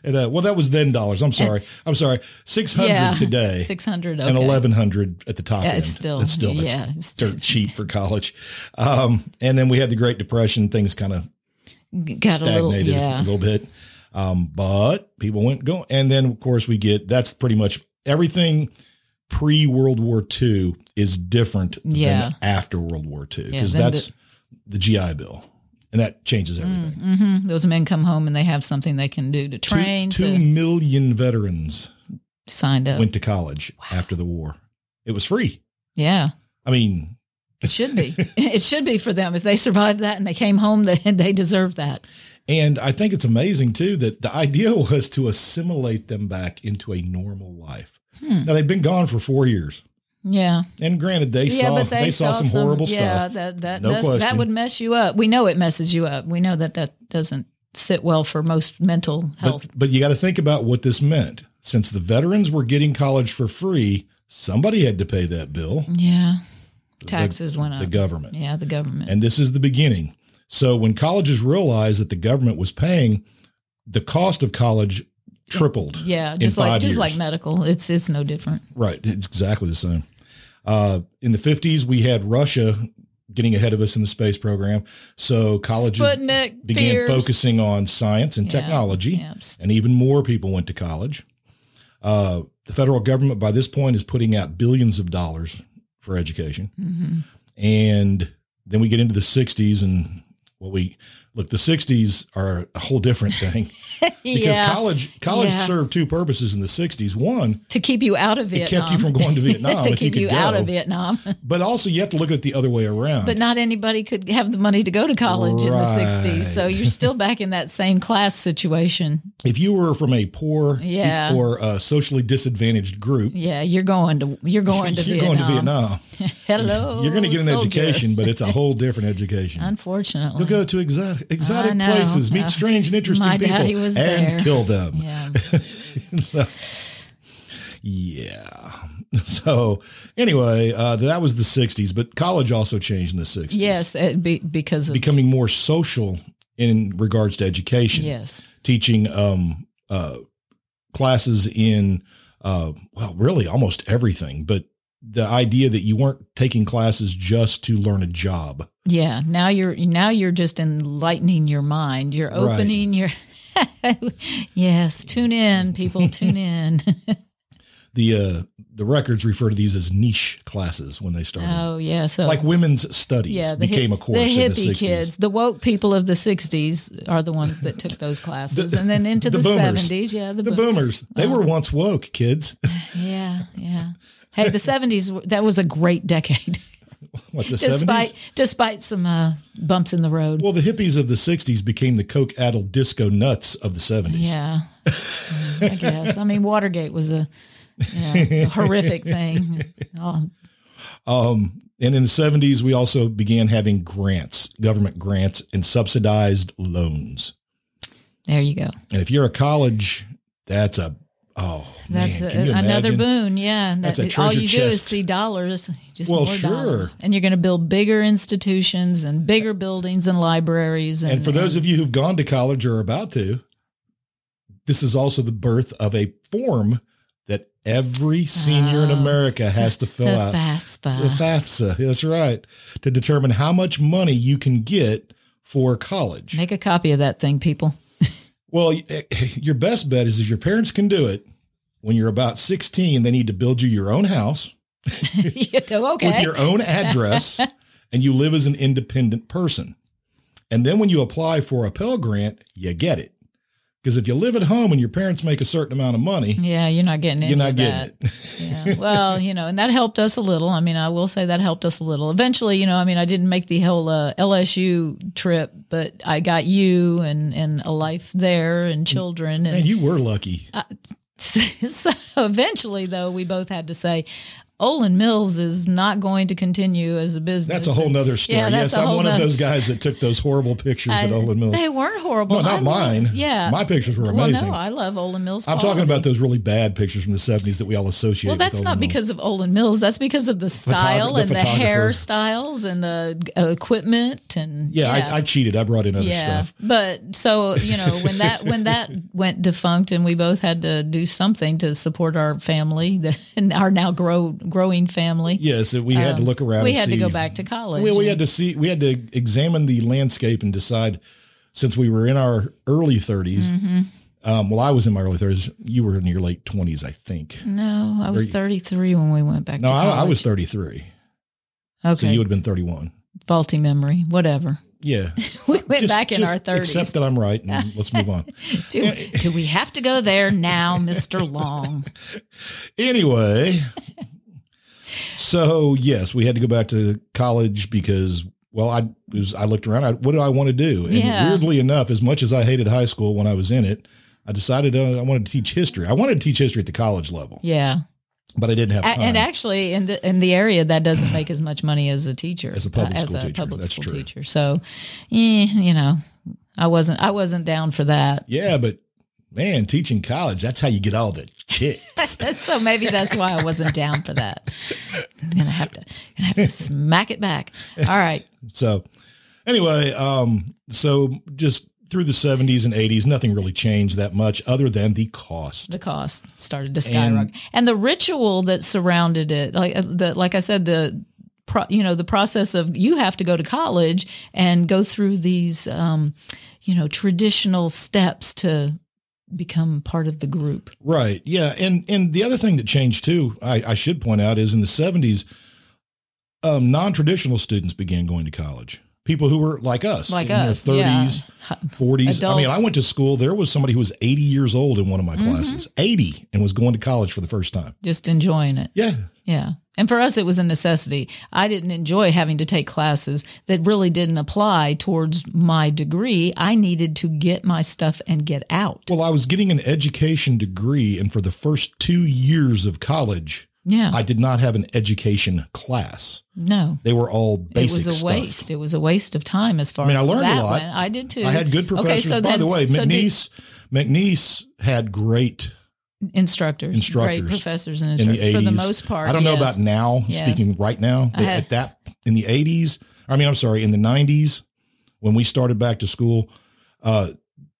Speaker 1: and uh, well, that was then dollars. I'm sorry. I'm sorry. Six hundred
Speaker 2: yeah.
Speaker 1: today
Speaker 2: 600.
Speaker 1: and
Speaker 2: okay.
Speaker 1: eleven hundred at the top
Speaker 2: Yeah,
Speaker 1: end.
Speaker 2: it's still-
Speaker 1: that's still that's
Speaker 2: yeah, it's-
Speaker 1: dirt cheap for college. Um, and then we had the Great Depression. Things kind of
Speaker 2: Got a little,
Speaker 1: stagnated a
Speaker 2: yeah.
Speaker 1: little bit. Um, but people went going, and then of course we get that's pretty much everything pre World War II is different
Speaker 2: Yeah.
Speaker 1: than after World War II
Speaker 2: Yeah,
Speaker 1: because
Speaker 2: then
Speaker 1: that's the, GI Bill, and that changes everything.
Speaker 2: hmm Those men come home and they have something they can do to
Speaker 1: Mm-hmm. Two-
Speaker 2: train,
Speaker 1: two
Speaker 2: to
Speaker 1: million veterans
Speaker 2: signed up.
Speaker 1: went to college after the war. It was free.
Speaker 2: yeah.
Speaker 1: I mean,
Speaker 2: It should be. it should be for them. If they survived that and they came home, they, they deserve that.
Speaker 1: and I think it's amazing too that the idea was to assimilate them back into a normal life.
Speaker 2: Hmm.
Speaker 1: Now they've been gone for four years.
Speaker 2: Yeah.
Speaker 1: And granted, they
Speaker 2: yeah,
Speaker 1: saw they, saw, some, horrible
Speaker 2: yeah,
Speaker 1: stuff.
Speaker 2: that that
Speaker 1: No
Speaker 2: does- that
Speaker 1: question.
Speaker 2: would mess you up. We know it messes you up. We know that that doesn't sit well for most mental health.
Speaker 1: But, but you got to think about what this meant. Since the veterans were getting college for free, somebody had to pay that bill.
Speaker 2: yeah. Mm, Taxes went
Speaker 1: The
Speaker 2: up.
Speaker 1: government.
Speaker 2: yeah, the government.
Speaker 1: And this is the beginning. So when colleges realized that the government was paying, the cost of college tripled.
Speaker 2: yeah, just
Speaker 1: five
Speaker 2: like just
Speaker 1: years.
Speaker 2: like medical. It's it's no different.
Speaker 1: Right. It's exactly the same. Uh, in the 50s, we had Russia getting ahead of us in the space program. So colleges
Speaker 2: Sputnik
Speaker 1: began
Speaker 2: fears.
Speaker 1: focusing on science and
Speaker 2: Yeah,
Speaker 1: technology.
Speaker 2: yeah, s-
Speaker 1: and even more people went to college. Uh, the federal government by this point is putting out billions of dollars for education.
Speaker 2: mhm.
Speaker 1: And then we get into the 60s and well, we look, the 60s are a whole different thing because
Speaker 2: yeah,
Speaker 1: college college
Speaker 2: Yeah.
Speaker 1: served two purposes in the 60s. One,
Speaker 2: to keep you out of
Speaker 1: it
Speaker 2: Vietnam.
Speaker 1: kept you from going to Vietnam
Speaker 2: to
Speaker 1: if you
Speaker 2: keep
Speaker 1: could
Speaker 2: you,
Speaker 1: go.
Speaker 2: out of Vietnam.
Speaker 1: But also you have to look at it the other way around.
Speaker 2: But not anybody could have the money to go to college in the 60s. So
Speaker 1: Right.
Speaker 2: you're still back in that same class situation.
Speaker 1: if you were from a poor
Speaker 2: Yeah.
Speaker 1: or uh, socially disadvantaged group,
Speaker 2: Yeah, you're going to you're going to
Speaker 1: you're
Speaker 2: Vietnam.
Speaker 1: going to Vietnam.
Speaker 2: Hello.
Speaker 1: You're going to get an
Speaker 2: soldier.
Speaker 1: education, but it's a whole different education.
Speaker 2: Unfortunately.
Speaker 1: You'll go to exotic,
Speaker 2: I
Speaker 1: exotic
Speaker 2: know.
Speaker 1: places, meet
Speaker 2: Uh,
Speaker 1: strange and interesting
Speaker 2: my
Speaker 1: people,
Speaker 2: daddy was
Speaker 1: and
Speaker 2: there.
Speaker 1: kill them.
Speaker 2: Yeah.
Speaker 1: so, yeah. So, anyway, uh, that was the 60s, but college also changed in the 60s.
Speaker 2: yes, it be, because of
Speaker 1: Becoming more social in regards to education,
Speaker 2: yes.
Speaker 1: teaching um, uh, classes in, uh, well, really almost everything, but the idea that you weren't taking classes just to learn a job.
Speaker 2: Yeah, now you're now you're just enlightening your mind. You're
Speaker 1: Right.
Speaker 2: opening your Yes, tune in people, tune in.
Speaker 1: the uh, the records refer to these as niche classes when they started.
Speaker 2: oh, yeah, so
Speaker 1: like women's studies
Speaker 2: hip-
Speaker 1: became a course
Speaker 2: The
Speaker 1: in the
Speaker 2: hippie
Speaker 1: 60s.
Speaker 2: kids, the woke people of the '60s, are the ones that took those classes, and then into
Speaker 1: the
Speaker 2: the,
Speaker 1: boomers.
Speaker 2: '70s. Yeah, the,
Speaker 1: The
Speaker 2: boom-
Speaker 1: boomers, they
Speaker 2: Oh.
Speaker 1: were once woke kids.
Speaker 2: yeah, yeah. Hey, the '70s were- that was a great decade,
Speaker 1: what the
Speaker 2: despite
Speaker 1: 70s?
Speaker 2: despite some uh, bumps in the road.
Speaker 1: Well, the hippies of the 60s became the coke addled disco nuts of the 70s.
Speaker 2: yeah, Mm, I guess. I mean, Watergate was a you know, a horrific thing. Oh,
Speaker 1: And in the 70s, we also began having grants, government grants, and subsidized loans.
Speaker 2: there you go.
Speaker 1: And if you're a college, that's a oh
Speaker 2: That's
Speaker 1: man,
Speaker 2: a-
Speaker 1: can you
Speaker 2: another
Speaker 1: imagine?
Speaker 2: boon. Yeah.
Speaker 1: That's
Speaker 2: That-
Speaker 1: a
Speaker 2: all
Speaker 1: treasure
Speaker 2: you do is
Speaker 1: chest.
Speaker 2: see dollars, just
Speaker 1: Well,
Speaker 2: more
Speaker 1: sure.
Speaker 2: dollars. And you're going to build bigger institutions and bigger buildings and libraries. And,
Speaker 1: And for those of you who've gone to college or are about to, this is also the birth of a form that every senior in
Speaker 2: Oh.
Speaker 1: America has to
Speaker 2: the
Speaker 1: fill out. The
Speaker 2: FAFSA.
Speaker 1: FAFSA. That's right. To determine how much money you can get for college.
Speaker 2: Make a copy of that thing, people.
Speaker 1: well, y- eh, your best bet is if your parents can do it when you're about 16, they need to build you your own house
Speaker 2: You go,
Speaker 1: with
Speaker 2: okay.
Speaker 1: your own address and you live as an independent person. And then when you apply for a Pell Grant, you get it. Because if you live at home and your parents make a certain amount of money,
Speaker 2: Yeah, you're not getting any
Speaker 1: you're not
Speaker 2: of that.
Speaker 1: getting it.
Speaker 2: Yeah. Well, you know, and that helped us a little. I mean, I will say that helped us a little. Eventually, you know, I mean, I didn't make the whole uh, LSU trip, but I got you and and a life there
Speaker 1: Mm.
Speaker 2: and children and
Speaker 1: Man, you were lucky.
Speaker 2: Uh, so eventually though, we both had to say Olin Mills is not going to continue as a business.
Speaker 1: That's a whole nother story.
Speaker 2: Yeah,
Speaker 1: yes,
Speaker 2: that's a
Speaker 1: I'm
Speaker 2: whole
Speaker 1: one of
Speaker 2: nother-
Speaker 1: those guys that took those horrible pictures at
Speaker 2: I-
Speaker 1: Olin Mills.
Speaker 2: They weren't
Speaker 1: No,
Speaker 2: horrible. I
Speaker 1: not
Speaker 2: love-
Speaker 1: mine.
Speaker 2: yeah.
Speaker 1: My pictures were
Speaker 2: well,
Speaker 1: amazing.
Speaker 2: no, I love Olin Mills.
Speaker 1: I'm talking
Speaker 2: quality.
Speaker 1: about those really bad pictures from the 70s that we all associate
Speaker 2: Well,
Speaker 1: with
Speaker 2: that's
Speaker 1: Olin
Speaker 2: not
Speaker 1: Mills.
Speaker 2: because of Olin Mills. That's because of the style
Speaker 1: the
Speaker 2: and the
Speaker 1: photographer.
Speaker 2: hairstyles and the uh, equipment and
Speaker 1: Yeah, I, I cheated. I brought in other
Speaker 2: yeah.
Speaker 1: stuff.
Speaker 2: But so you know when that when that went defunct and we both had to do something to support our family the, and our now grow growing family.
Speaker 1: Yes, it- we had to look around.
Speaker 2: Um, we
Speaker 1: and
Speaker 2: had to
Speaker 1: see-
Speaker 2: go back to college.
Speaker 1: We, we
Speaker 2: and-
Speaker 1: had to see. We had to examine the landscape and decide. Since we were in our early 30s,
Speaker 2: Mm-hmm.
Speaker 1: um, well, I was in my early 30s. You were in your late 20s, I think.
Speaker 2: no, I was
Speaker 1: Very-
Speaker 2: 33 when we went back
Speaker 1: No,
Speaker 2: Mm-hmm. to college.
Speaker 1: I, I was 33.
Speaker 2: okay.
Speaker 1: So you would have been 31.
Speaker 2: faulty memory, whatever.
Speaker 1: Yeah.
Speaker 2: We went
Speaker 1: Just-
Speaker 2: back in
Speaker 1: just
Speaker 2: our 30s.
Speaker 1: Accept that I'm right and let's move on.
Speaker 2: do, do we have to go there now, Mr. Long?
Speaker 1: Anyway, so yes, we had to go back to college because well, I was I looked around. I, what do I want to do? And
Speaker 2: Yeah.
Speaker 1: weirdly enough, as much as I hated high school when I was in it, I decided uh, I wanted to teach history. I wanted to teach history at the college level,
Speaker 2: Yeah.
Speaker 1: but I didn't have
Speaker 2: A-
Speaker 1: time.
Speaker 2: and actually, in the in the area, that doesn't make as much money as a teacher,
Speaker 1: As a public school
Speaker 2: as a
Speaker 1: teacher,
Speaker 2: public
Speaker 1: that's
Speaker 2: school
Speaker 1: true.
Speaker 2: teacher. So, eh, you know, I wasn't I wasn't down for that.
Speaker 1: yeah, but man, teaching college—that's how you get all the chicks.
Speaker 2: so maybe that's why I wasn't down for that. I'm gonna have to gonna have to smack it back. All right.
Speaker 1: So anyway, um, so just through the 70s and 80s, nothing really changed that much other than the cost.
Speaker 2: the cost started to skyrocket and, the ritual that surrounded it like uh, the like i said the pro, you know the process of you have to go to college and go through these um you know traditional steps to become part of the group
Speaker 1: Right. Yeah. And and the other thing that changed too, I, I should point out, is in the 70s, um, non-traditional students began going to college. People who were like us,
Speaker 2: like
Speaker 1: in
Speaker 2: us
Speaker 1: their 30s,
Speaker 2: yeah.
Speaker 1: 40s. I mean, I
Speaker 2: Adults. Mm-hmm.
Speaker 1: went to school. There was somebody who was 80 years old in one of my classes, 80, and was going to college for the first time.
Speaker 2: just enjoying it
Speaker 1: Yeah.
Speaker 2: yeah and for us it was a necessity i didn't enjoy having to take classes that really didn't apply towards my degree i needed to get my stuff and get out
Speaker 1: Well, I was getting an education degree, and for the first two years of college,
Speaker 2: yeah
Speaker 1: I did not have an education class.
Speaker 2: no
Speaker 1: They were all
Speaker 2: it
Speaker 1: basic
Speaker 2: was a
Speaker 1: stuff.
Speaker 2: waste. It was a waste of time as far
Speaker 1: I mean, I
Speaker 2: as
Speaker 1: learned a
Speaker 2: that
Speaker 1: lot.
Speaker 2: went. I did too.
Speaker 1: I had good professors.
Speaker 2: so
Speaker 1: By
Speaker 2: then-
Speaker 1: the way,
Speaker 2: so did-
Speaker 1: McNeese McNeese had great
Speaker 2: instructors,
Speaker 1: Instructors
Speaker 2: great professors and
Speaker 1: in the
Speaker 2: instructors
Speaker 1: eighties.
Speaker 2: for the most part.
Speaker 1: I don't know
Speaker 2: yes.
Speaker 1: about now.
Speaker 2: E Yes.
Speaker 1: Speaking right now,
Speaker 2: I
Speaker 1: but
Speaker 2: had-
Speaker 1: at that in the eighties. I mean, I'm sorry, in the nineties when we started back to school, uh,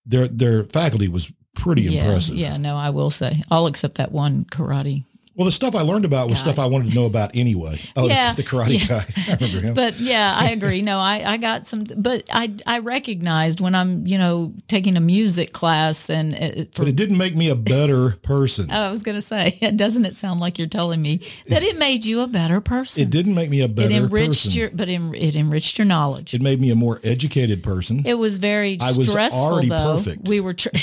Speaker 1: their their faculty was pretty
Speaker 2: yeah,
Speaker 1: impressive.
Speaker 2: Yeah, no, I will say all except that one karate.
Speaker 1: Well, the stuff I learned about was
Speaker 2: God.
Speaker 1: stuff I wanted to know about anyway. Oh, the-
Speaker 2: Yeah.
Speaker 1: the, karate guy. I remember him.
Speaker 2: But yeah, I agree. No, I, I got some, but I I recognized when I'm you know taking a music class and uh, for oh,
Speaker 1: but it didn't make me a better person.
Speaker 2: I was going to say, doesn't it sound like you're telling me that it made you a better person?
Speaker 1: it didn't make me a better
Speaker 2: It enriched
Speaker 1: person.
Speaker 2: your, but en- it enriched your knowledge.
Speaker 1: it made me a more educated person.
Speaker 2: It was very
Speaker 1: I was
Speaker 2: stressful,
Speaker 1: already
Speaker 2: though.
Speaker 1: perfect.
Speaker 2: We were. Tr-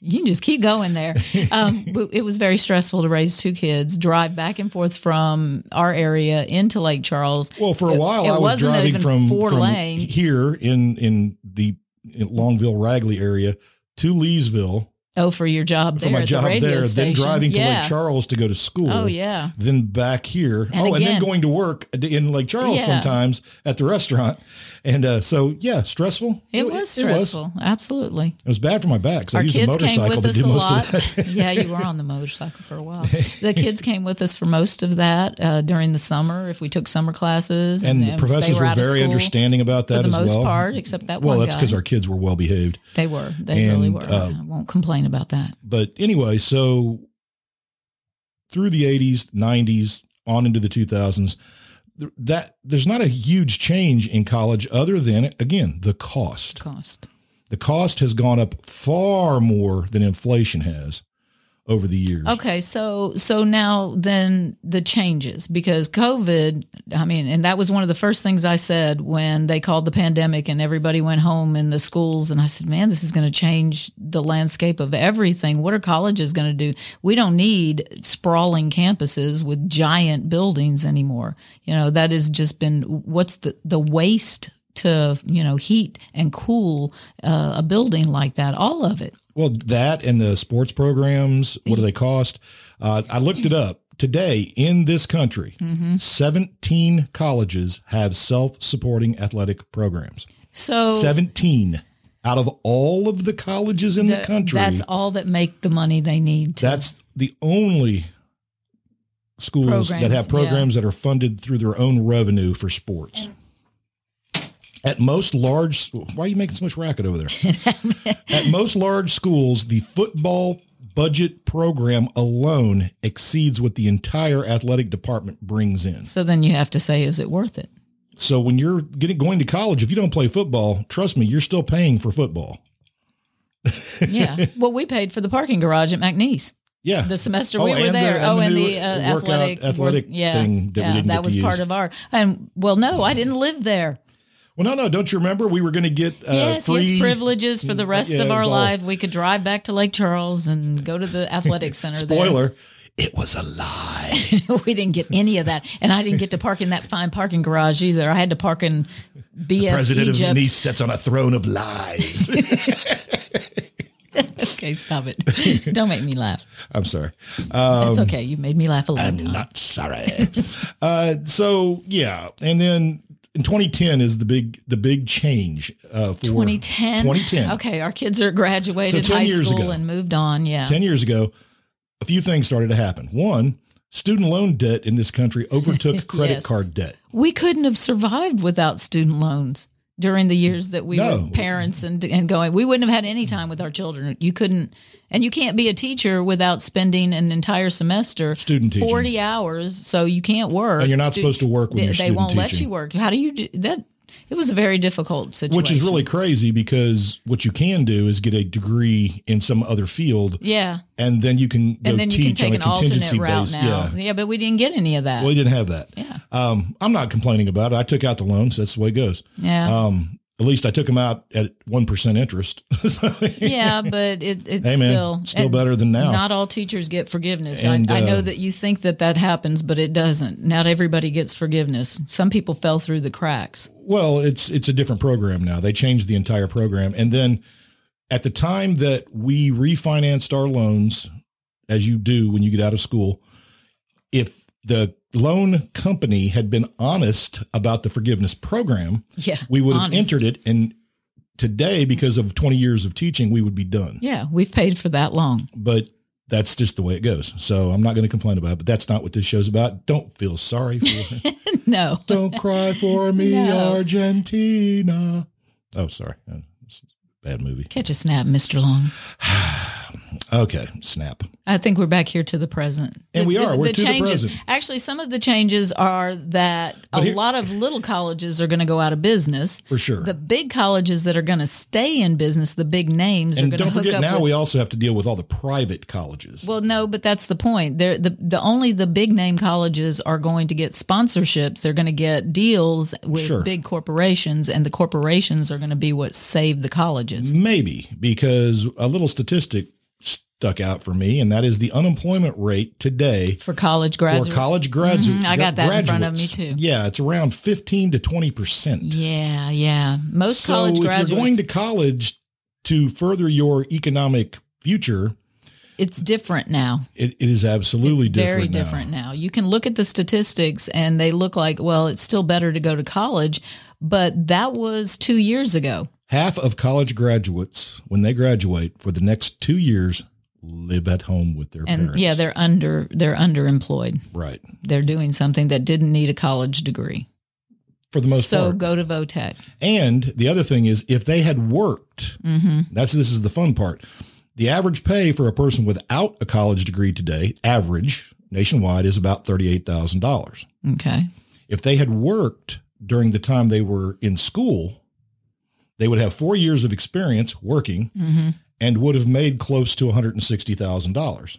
Speaker 2: you can just keep going there. Um, but it was very stressful to raise two kids, drive back and forth from our area into Lake Charles.
Speaker 1: Well, for a
Speaker 2: It-
Speaker 1: while,
Speaker 2: it
Speaker 1: I was
Speaker 2: wasn't
Speaker 1: driving
Speaker 2: even
Speaker 1: from,
Speaker 2: four
Speaker 1: from
Speaker 2: lane.
Speaker 1: here in in the in Longville Ragley area to Leesville
Speaker 2: Oh, for your job
Speaker 1: for
Speaker 2: there,
Speaker 1: my
Speaker 2: at
Speaker 1: job
Speaker 2: the radio
Speaker 1: there,
Speaker 2: station.
Speaker 1: then driving to
Speaker 2: yeah.
Speaker 1: Lake Charles to go to school.
Speaker 2: Oh yeah,
Speaker 1: Then back here.
Speaker 2: And
Speaker 1: oh, and then
Speaker 2: again-
Speaker 1: going to work in Lake Charles
Speaker 2: Yeah.
Speaker 1: sometimes at the restaurant. And uh, so, yeah, stressful.
Speaker 2: it was
Speaker 1: It was.
Speaker 2: stressful. Absolutely.
Speaker 1: It was bad for my back. So I
Speaker 2: Our
Speaker 1: used a
Speaker 2: kids came
Speaker 1: motorcycle
Speaker 2: with
Speaker 1: to
Speaker 2: us
Speaker 1: do
Speaker 2: a
Speaker 1: most
Speaker 2: lot.
Speaker 1: of that.
Speaker 2: yeah, you were on the motorcycle for a while. The kids came with us for most of that uh, during the summer if we took summer classes.
Speaker 1: And the
Speaker 2: then they
Speaker 1: professors were
Speaker 2: out of
Speaker 1: very
Speaker 2: school
Speaker 1: understanding about that
Speaker 2: for the
Speaker 1: as
Speaker 2: most
Speaker 1: well.
Speaker 2: part, except that
Speaker 1: well,
Speaker 2: one
Speaker 1: that's
Speaker 2: guy.
Speaker 1: because our kids were well behaved.
Speaker 2: They were. They really
Speaker 1: And,
Speaker 2: were.
Speaker 1: uh,
Speaker 2: I won't complain about that.
Speaker 1: but anyway, so through the 80s, 90s, on into the 2000s, th- that there's not a huge change in college other than again the cost.
Speaker 2: Cost.
Speaker 1: The cost has gone up far more than inflation has over the years.
Speaker 2: Okay, so so now then the changes because COVID, I mean, and that was one of the first things I said when they called the pandemic and everybody went home in the schools and I said, "Man, this is going to change the landscape of everything. What are colleges going to do? We don't need sprawling campuses with giant buildings anymore. You know, that has just been what's the the waste to, you know, heat and cool uh, a building like that, all of it.
Speaker 1: Well, that and the sports programs, what do they cost? Uh, I looked it up. Today in this country, 17 colleges have self supporting athletic programs.
Speaker 2: So
Speaker 1: 17 out of all of the colleges in the,
Speaker 2: that-
Speaker 1: country.
Speaker 2: That's all that make the money they need to.
Speaker 1: That's the only schools that
Speaker 2: Programs,
Speaker 1: have programs that are funded through their own revenue for sports. At most large, why are you making so much racket over there? At most large schools, the football budget program alone exceeds what the entire athletic department brings in.
Speaker 2: so then you have to say, is it worth it?
Speaker 1: So when you're getting going to college, if you don't play football, trust me, you're still paying for football.
Speaker 2: Yeah. well, we paid for the parking garage at McNeese
Speaker 1: Yeah,
Speaker 2: the semester we
Speaker 1: Oh,
Speaker 2: were
Speaker 1: and the-
Speaker 2: there.
Speaker 1: and
Speaker 2: oh,
Speaker 1: the
Speaker 2: and
Speaker 1: new
Speaker 2: the uh,
Speaker 1: workout
Speaker 2: athletic,
Speaker 1: athletic
Speaker 2: yeah,
Speaker 1: thing that we
Speaker 2: yeah,
Speaker 1: didn't
Speaker 2: that
Speaker 1: get to
Speaker 2: was part
Speaker 1: use.
Speaker 2: of our. And well, no, I didn't live there.
Speaker 1: Well, no, no, don't you remember we were going to get uh,
Speaker 2: yes,
Speaker 1: free
Speaker 2: yes, privileges for the rest
Speaker 1: yeah, it
Speaker 2: of our
Speaker 1: was all-
Speaker 2: life. We could drive back to Lake Charles and go to the athletic center.
Speaker 1: Spoiler, it was a lie.
Speaker 2: There. we didn't get any of that, and I didn't get to park in that fine parking garage either. I had to park in BF
Speaker 1: President
Speaker 2: Egypt.
Speaker 1: of Nice sits on a throne of lies.
Speaker 2: Okay, stop it. Don't make me laugh.
Speaker 1: I'm sorry.
Speaker 2: It's
Speaker 1: Um,
Speaker 2: okay. You made me laugh a lot.
Speaker 1: I'm not sorry. uh, so yeah, and then in 2010 is the big the big change uh, for
Speaker 2: 2010.
Speaker 1: 2010.
Speaker 2: Okay, our kids are graduated
Speaker 1: So 10
Speaker 2: high
Speaker 1: years
Speaker 2: school
Speaker 1: ago.
Speaker 2: and moved on. Yeah.
Speaker 1: 10 years ago, a few things started to happen. One, student loan debt in this country overtook credit
Speaker 2: Yes.
Speaker 1: card debt.
Speaker 2: we couldn't have survived without student loans during the years that we
Speaker 1: No.
Speaker 2: were parents and and going. We wouldn't have had any time with our children. You couldn't and you can't be a teacher without spending an entire semester
Speaker 1: Student teaching.
Speaker 2: 40 hours so you can't work.
Speaker 1: And you're not
Speaker 2: Stu-
Speaker 1: supposed to work when
Speaker 2: they,
Speaker 1: you're
Speaker 2: they
Speaker 1: student
Speaker 2: won't let
Speaker 1: teaching.
Speaker 2: you work. How do you do that? It was a very difficult situation.
Speaker 1: Which is really crazy because what you can do is get a degree in some other field,
Speaker 2: Yeah.
Speaker 1: and then you can go
Speaker 2: And then you can
Speaker 1: teach
Speaker 2: take an
Speaker 1: on a
Speaker 2: alternate
Speaker 1: contingency
Speaker 2: route
Speaker 1: basis.
Speaker 2: now. Yeah. but we didn't get any of that.
Speaker 1: Well, he didn't have that.
Speaker 2: Yeah.
Speaker 1: Um, I'm not complaining about it. I took out the loans. That's the way it goes.
Speaker 2: yeah.
Speaker 1: Um, at least I took them out at 1% interest. so, hey,
Speaker 2: yeah, but it, it's
Speaker 1: man,
Speaker 2: still
Speaker 1: still,
Speaker 2: and
Speaker 1: better than now.
Speaker 2: Not all teachers get forgiveness.
Speaker 1: And,
Speaker 2: I, I know
Speaker 1: uh,
Speaker 2: that you think that that happens, but it doesn't. Not everybody gets forgiveness. Some people fell through the cracks.
Speaker 1: well, it's, it's a different program now. They changed the entire program. And then at the time that we refinanced our loans, as you do when you get out of school, if the loan company had been honest about the forgiveness program,
Speaker 2: Yeah,
Speaker 1: we would have
Speaker 2: honest.
Speaker 1: entered it. And today, because of 20 years of teaching, we would be done.
Speaker 2: Yeah, we've paid for that long.
Speaker 1: but that's just the way it goes. So I'm not going to complain about it, but that's not what this show's about. Don't feel sorry for
Speaker 2: No,
Speaker 1: Don't cry for me,
Speaker 2: No.
Speaker 1: Argentina. Oh, sorry. Uh, it's a Bad movie.
Speaker 2: catch a snap, Mister Long.
Speaker 1: Okay, snap.
Speaker 2: I think we're back here to the present.
Speaker 1: And
Speaker 2: The-
Speaker 1: we are.
Speaker 2: The,
Speaker 1: We're
Speaker 2: the
Speaker 1: to the
Speaker 2: changes.
Speaker 1: present.
Speaker 2: Actually, some of the changes are that
Speaker 1: But
Speaker 2: a
Speaker 1: here-
Speaker 2: lot of little colleges are going to go out of business.
Speaker 1: For sure.
Speaker 2: The big colleges that are going to stay in business, the big names,
Speaker 1: and
Speaker 2: are going
Speaker 1: don't
Speaker 2: to hook
Speaker 1: forget,
Speaker 2: up
Speaker 1: now
Speaker 2: with
Speaker 1: we also have to deal with all the private colleges.
Speaker 2: Well, no, but that's the point. They're the, the only the big name colleges are going to get sponsorships. They're going to get deals with
Speaker 1: Sure.
Speaker 2: big corporations, and the corporations are going to be what save the colleges.
Speaker 1: Maybe because a little statistic stuck out for me, and that is the unemployment rate today
Speaker 2: For college
Speaker 1: for
Speaker 2: graduates,
Speaker 1: college graduates.
Speaker 2: Mhm, I got that in front of me, too.
Speaker 1: Yeah, it's around 15 to 20%.
Speaker 2: yeah, yeah, most
Speaker 1: so
Speaker 2: college
Speaker 1: if
Speaker 2: graduates.
Speaker 1: you're going to college to further your economic future,
Speaker 2: it's different now.
Speaker 1: it, it is absolutely
Speaker 2: it's
Speaker 1: different.
Speaker 2: very
Speaker 1: now.
Speaker 2: different now. You can look at the statistics and they look like, well, it's still better to go to college, but that was two years ago.
Speaker 1: Half of college graduates, when they graduate for the next two years, live at home with their
Speaker 2: And
Speaker 1: parents.
Speaker 2: yeah, they're under they're underemployed.
Speaker 1: right
Speaker 2: They're doing something that didn't need a college degree.
Speaker 1: for the most
Speaker 2: so
Speaker 1: part.
Speaker 2: go to Votech.
Speaker 1: and the other thing is, if they had worked,
Speaker 2: Mm-hmm.
Speaker 1: that's this is the fun part. The average pay for a person without a college degree today, average nationwide, is about thirty-eight thousand dollars.
Speaker 2: Okay.
Speaker 1: if they had worked during the time they were in school, they would have four
Speaker 2: Mm-hmm.
Speaker 1: years of experience working and would have made close to $160,000.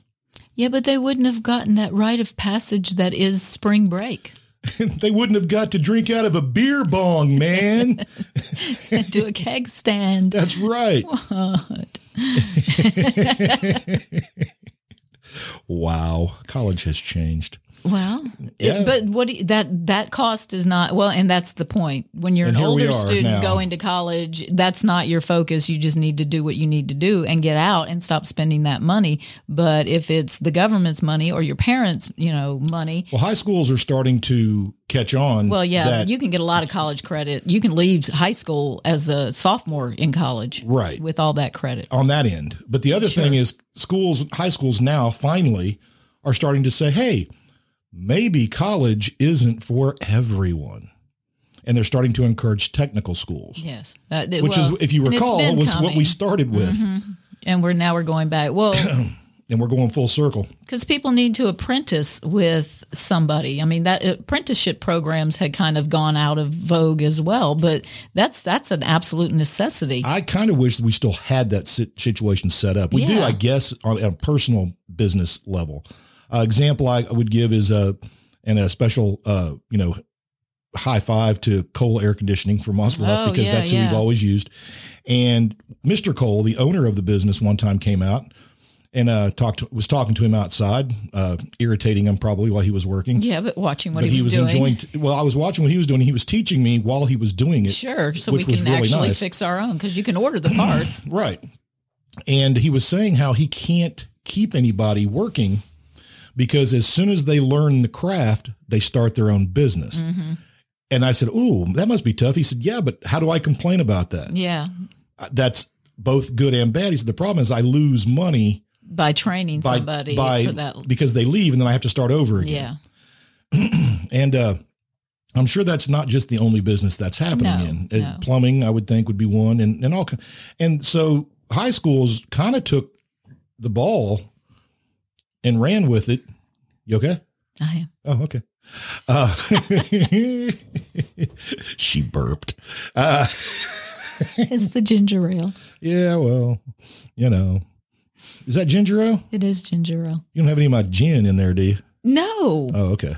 Speaker 2: Yeah, but they wouldn't have gotten that rite of passage that is spring break.
Speaker 1: they wouldn't have got to drink out of a beer bong, man.
Speaker 2: Do a keg stand.
Speaker 1: That's right.
Speaker 2: What?
Speaker 1: Wow. College has changed.
Speaker 2: Well,
Speaker 1: Yeah.
Speaker 2: it- but what do you, that that cost is not well, and that's the point. When you're
Speaker 1: And
Speaker 2: an
Speaker 1: here we
Speaker 2: older
Speaker 1: are
Speaker 2: student
Speaker 1: now.
Speaker 2: going to college, that's not your focus. You just need to do what you need to do and get out and stop spending that money. But if it's the government's money or your parents, you know, money,
Speaker 1: Well, high schools are starting to catch on.
Speaker 2: well, yeah,
Speaker 1: that-
Speaker 2: you can get a lot of college credit. You can leave high school as a sophomore in college,
Speaker 1: Right.
Speaker 2: With all that credit,
Speaker 1: on that end. But the other thing is schools, high schools now finally are starting to say, hey, maybe college isn't for everyone. And they're starting to encourage technical schools,
Speaker 2: yes. Uh, th-
Speaker 1: which
Speaker 2: well,
Speaker 1: is, if you
Speaker 2: and it's
Speaker 1: recall,
Speaker 2: been
Speaker 1: was what we
Speaker 2: coming. Mm-hmm.
Speaker 1: started with.
Speaker 2: and we're now we're going back. Well.
Speaker 1: And we're going full circle.
Speaker 2: because people need to apprentice with somebody. I mean, that uh, apprenticeship programs had kind of gone out of vogue as well, but that's that's an absolute necessity.
Speaker 1: I kind of wish that we still had that sit- situation set up. We do,
Speaker 2: Yeah.
Speaker 1: I guess, on a personal business level. Uh, example I would give is a and a special, uh, you know, high five to Cole Air Conditioning for Mossville
Speaker 2: Oh,
Speaker 1: because
Speaker 2: yeah,
Speaker 1: that's who
Speaker 2: yeah.
Speaker 1: we've always used. And Mr. Cole, the owner of the business, one time came out and uh, talked was talking to him outside, uh, irritating him probably while he was working.
Speaker 2: yeah, but watching what
Speaker 1: But
Speaker 2: he was, doing.
Speaker 1: enjoying. t- well, I was watching what he was doing. He was teaching me while he was doing it.
Speaker 2: Sure, so
Speaker 1: which
Speaker 2: we
Speaker 1: was
Speaker 2: can
Speaker 1: really
Speaker 2: actually
Speaker 1: nice.
Speaker 2: fix our own because you can order the parts.
Speaker 1: Right. And he was saying how he can't keep anybody working because as soon as they learn the craft, they start their own business.
Speaker 2: Mm. Mm-hmm.
Speaker 1: And I said, "Ooh, that must be tough." He said, "Yeah, but how do I complain about that? Uh,
Speaker 2: yeah,
Speaker 1: That's both good and bad." He said, "The problem is I lose money
Speaker 2: by training
Speaker 1: by
Speaker 2: somebody
Speaker 1: by
Speaker 2: for that.
Speaker 1: because they leave and then I have to start over again."
Speaker 2: Yeah,
Speaker 1: And uh I'm sure that's not just the only business that's happening
Speaker 2: No,
Speaker 1: in. Uh,
Speaker 2: no.
Speaker 1: Plumbing, I would think, would be one, and and all. ki- And so high schools kind of took the ball and ran with it. You okay?
Speaker 2: I am.
Speaker 1: Oh, okay. Uh, she burped. Uh,
Speaker 2: It's the ginger ale.
Speaker 1: yeah, well, you know, is that ginger ale?
Speaker 2: It is ginger ale.
Speaker 1: You don't have any of my gin in there, do you?
Speaker 2: No,
Speaker 1: Oh, okay.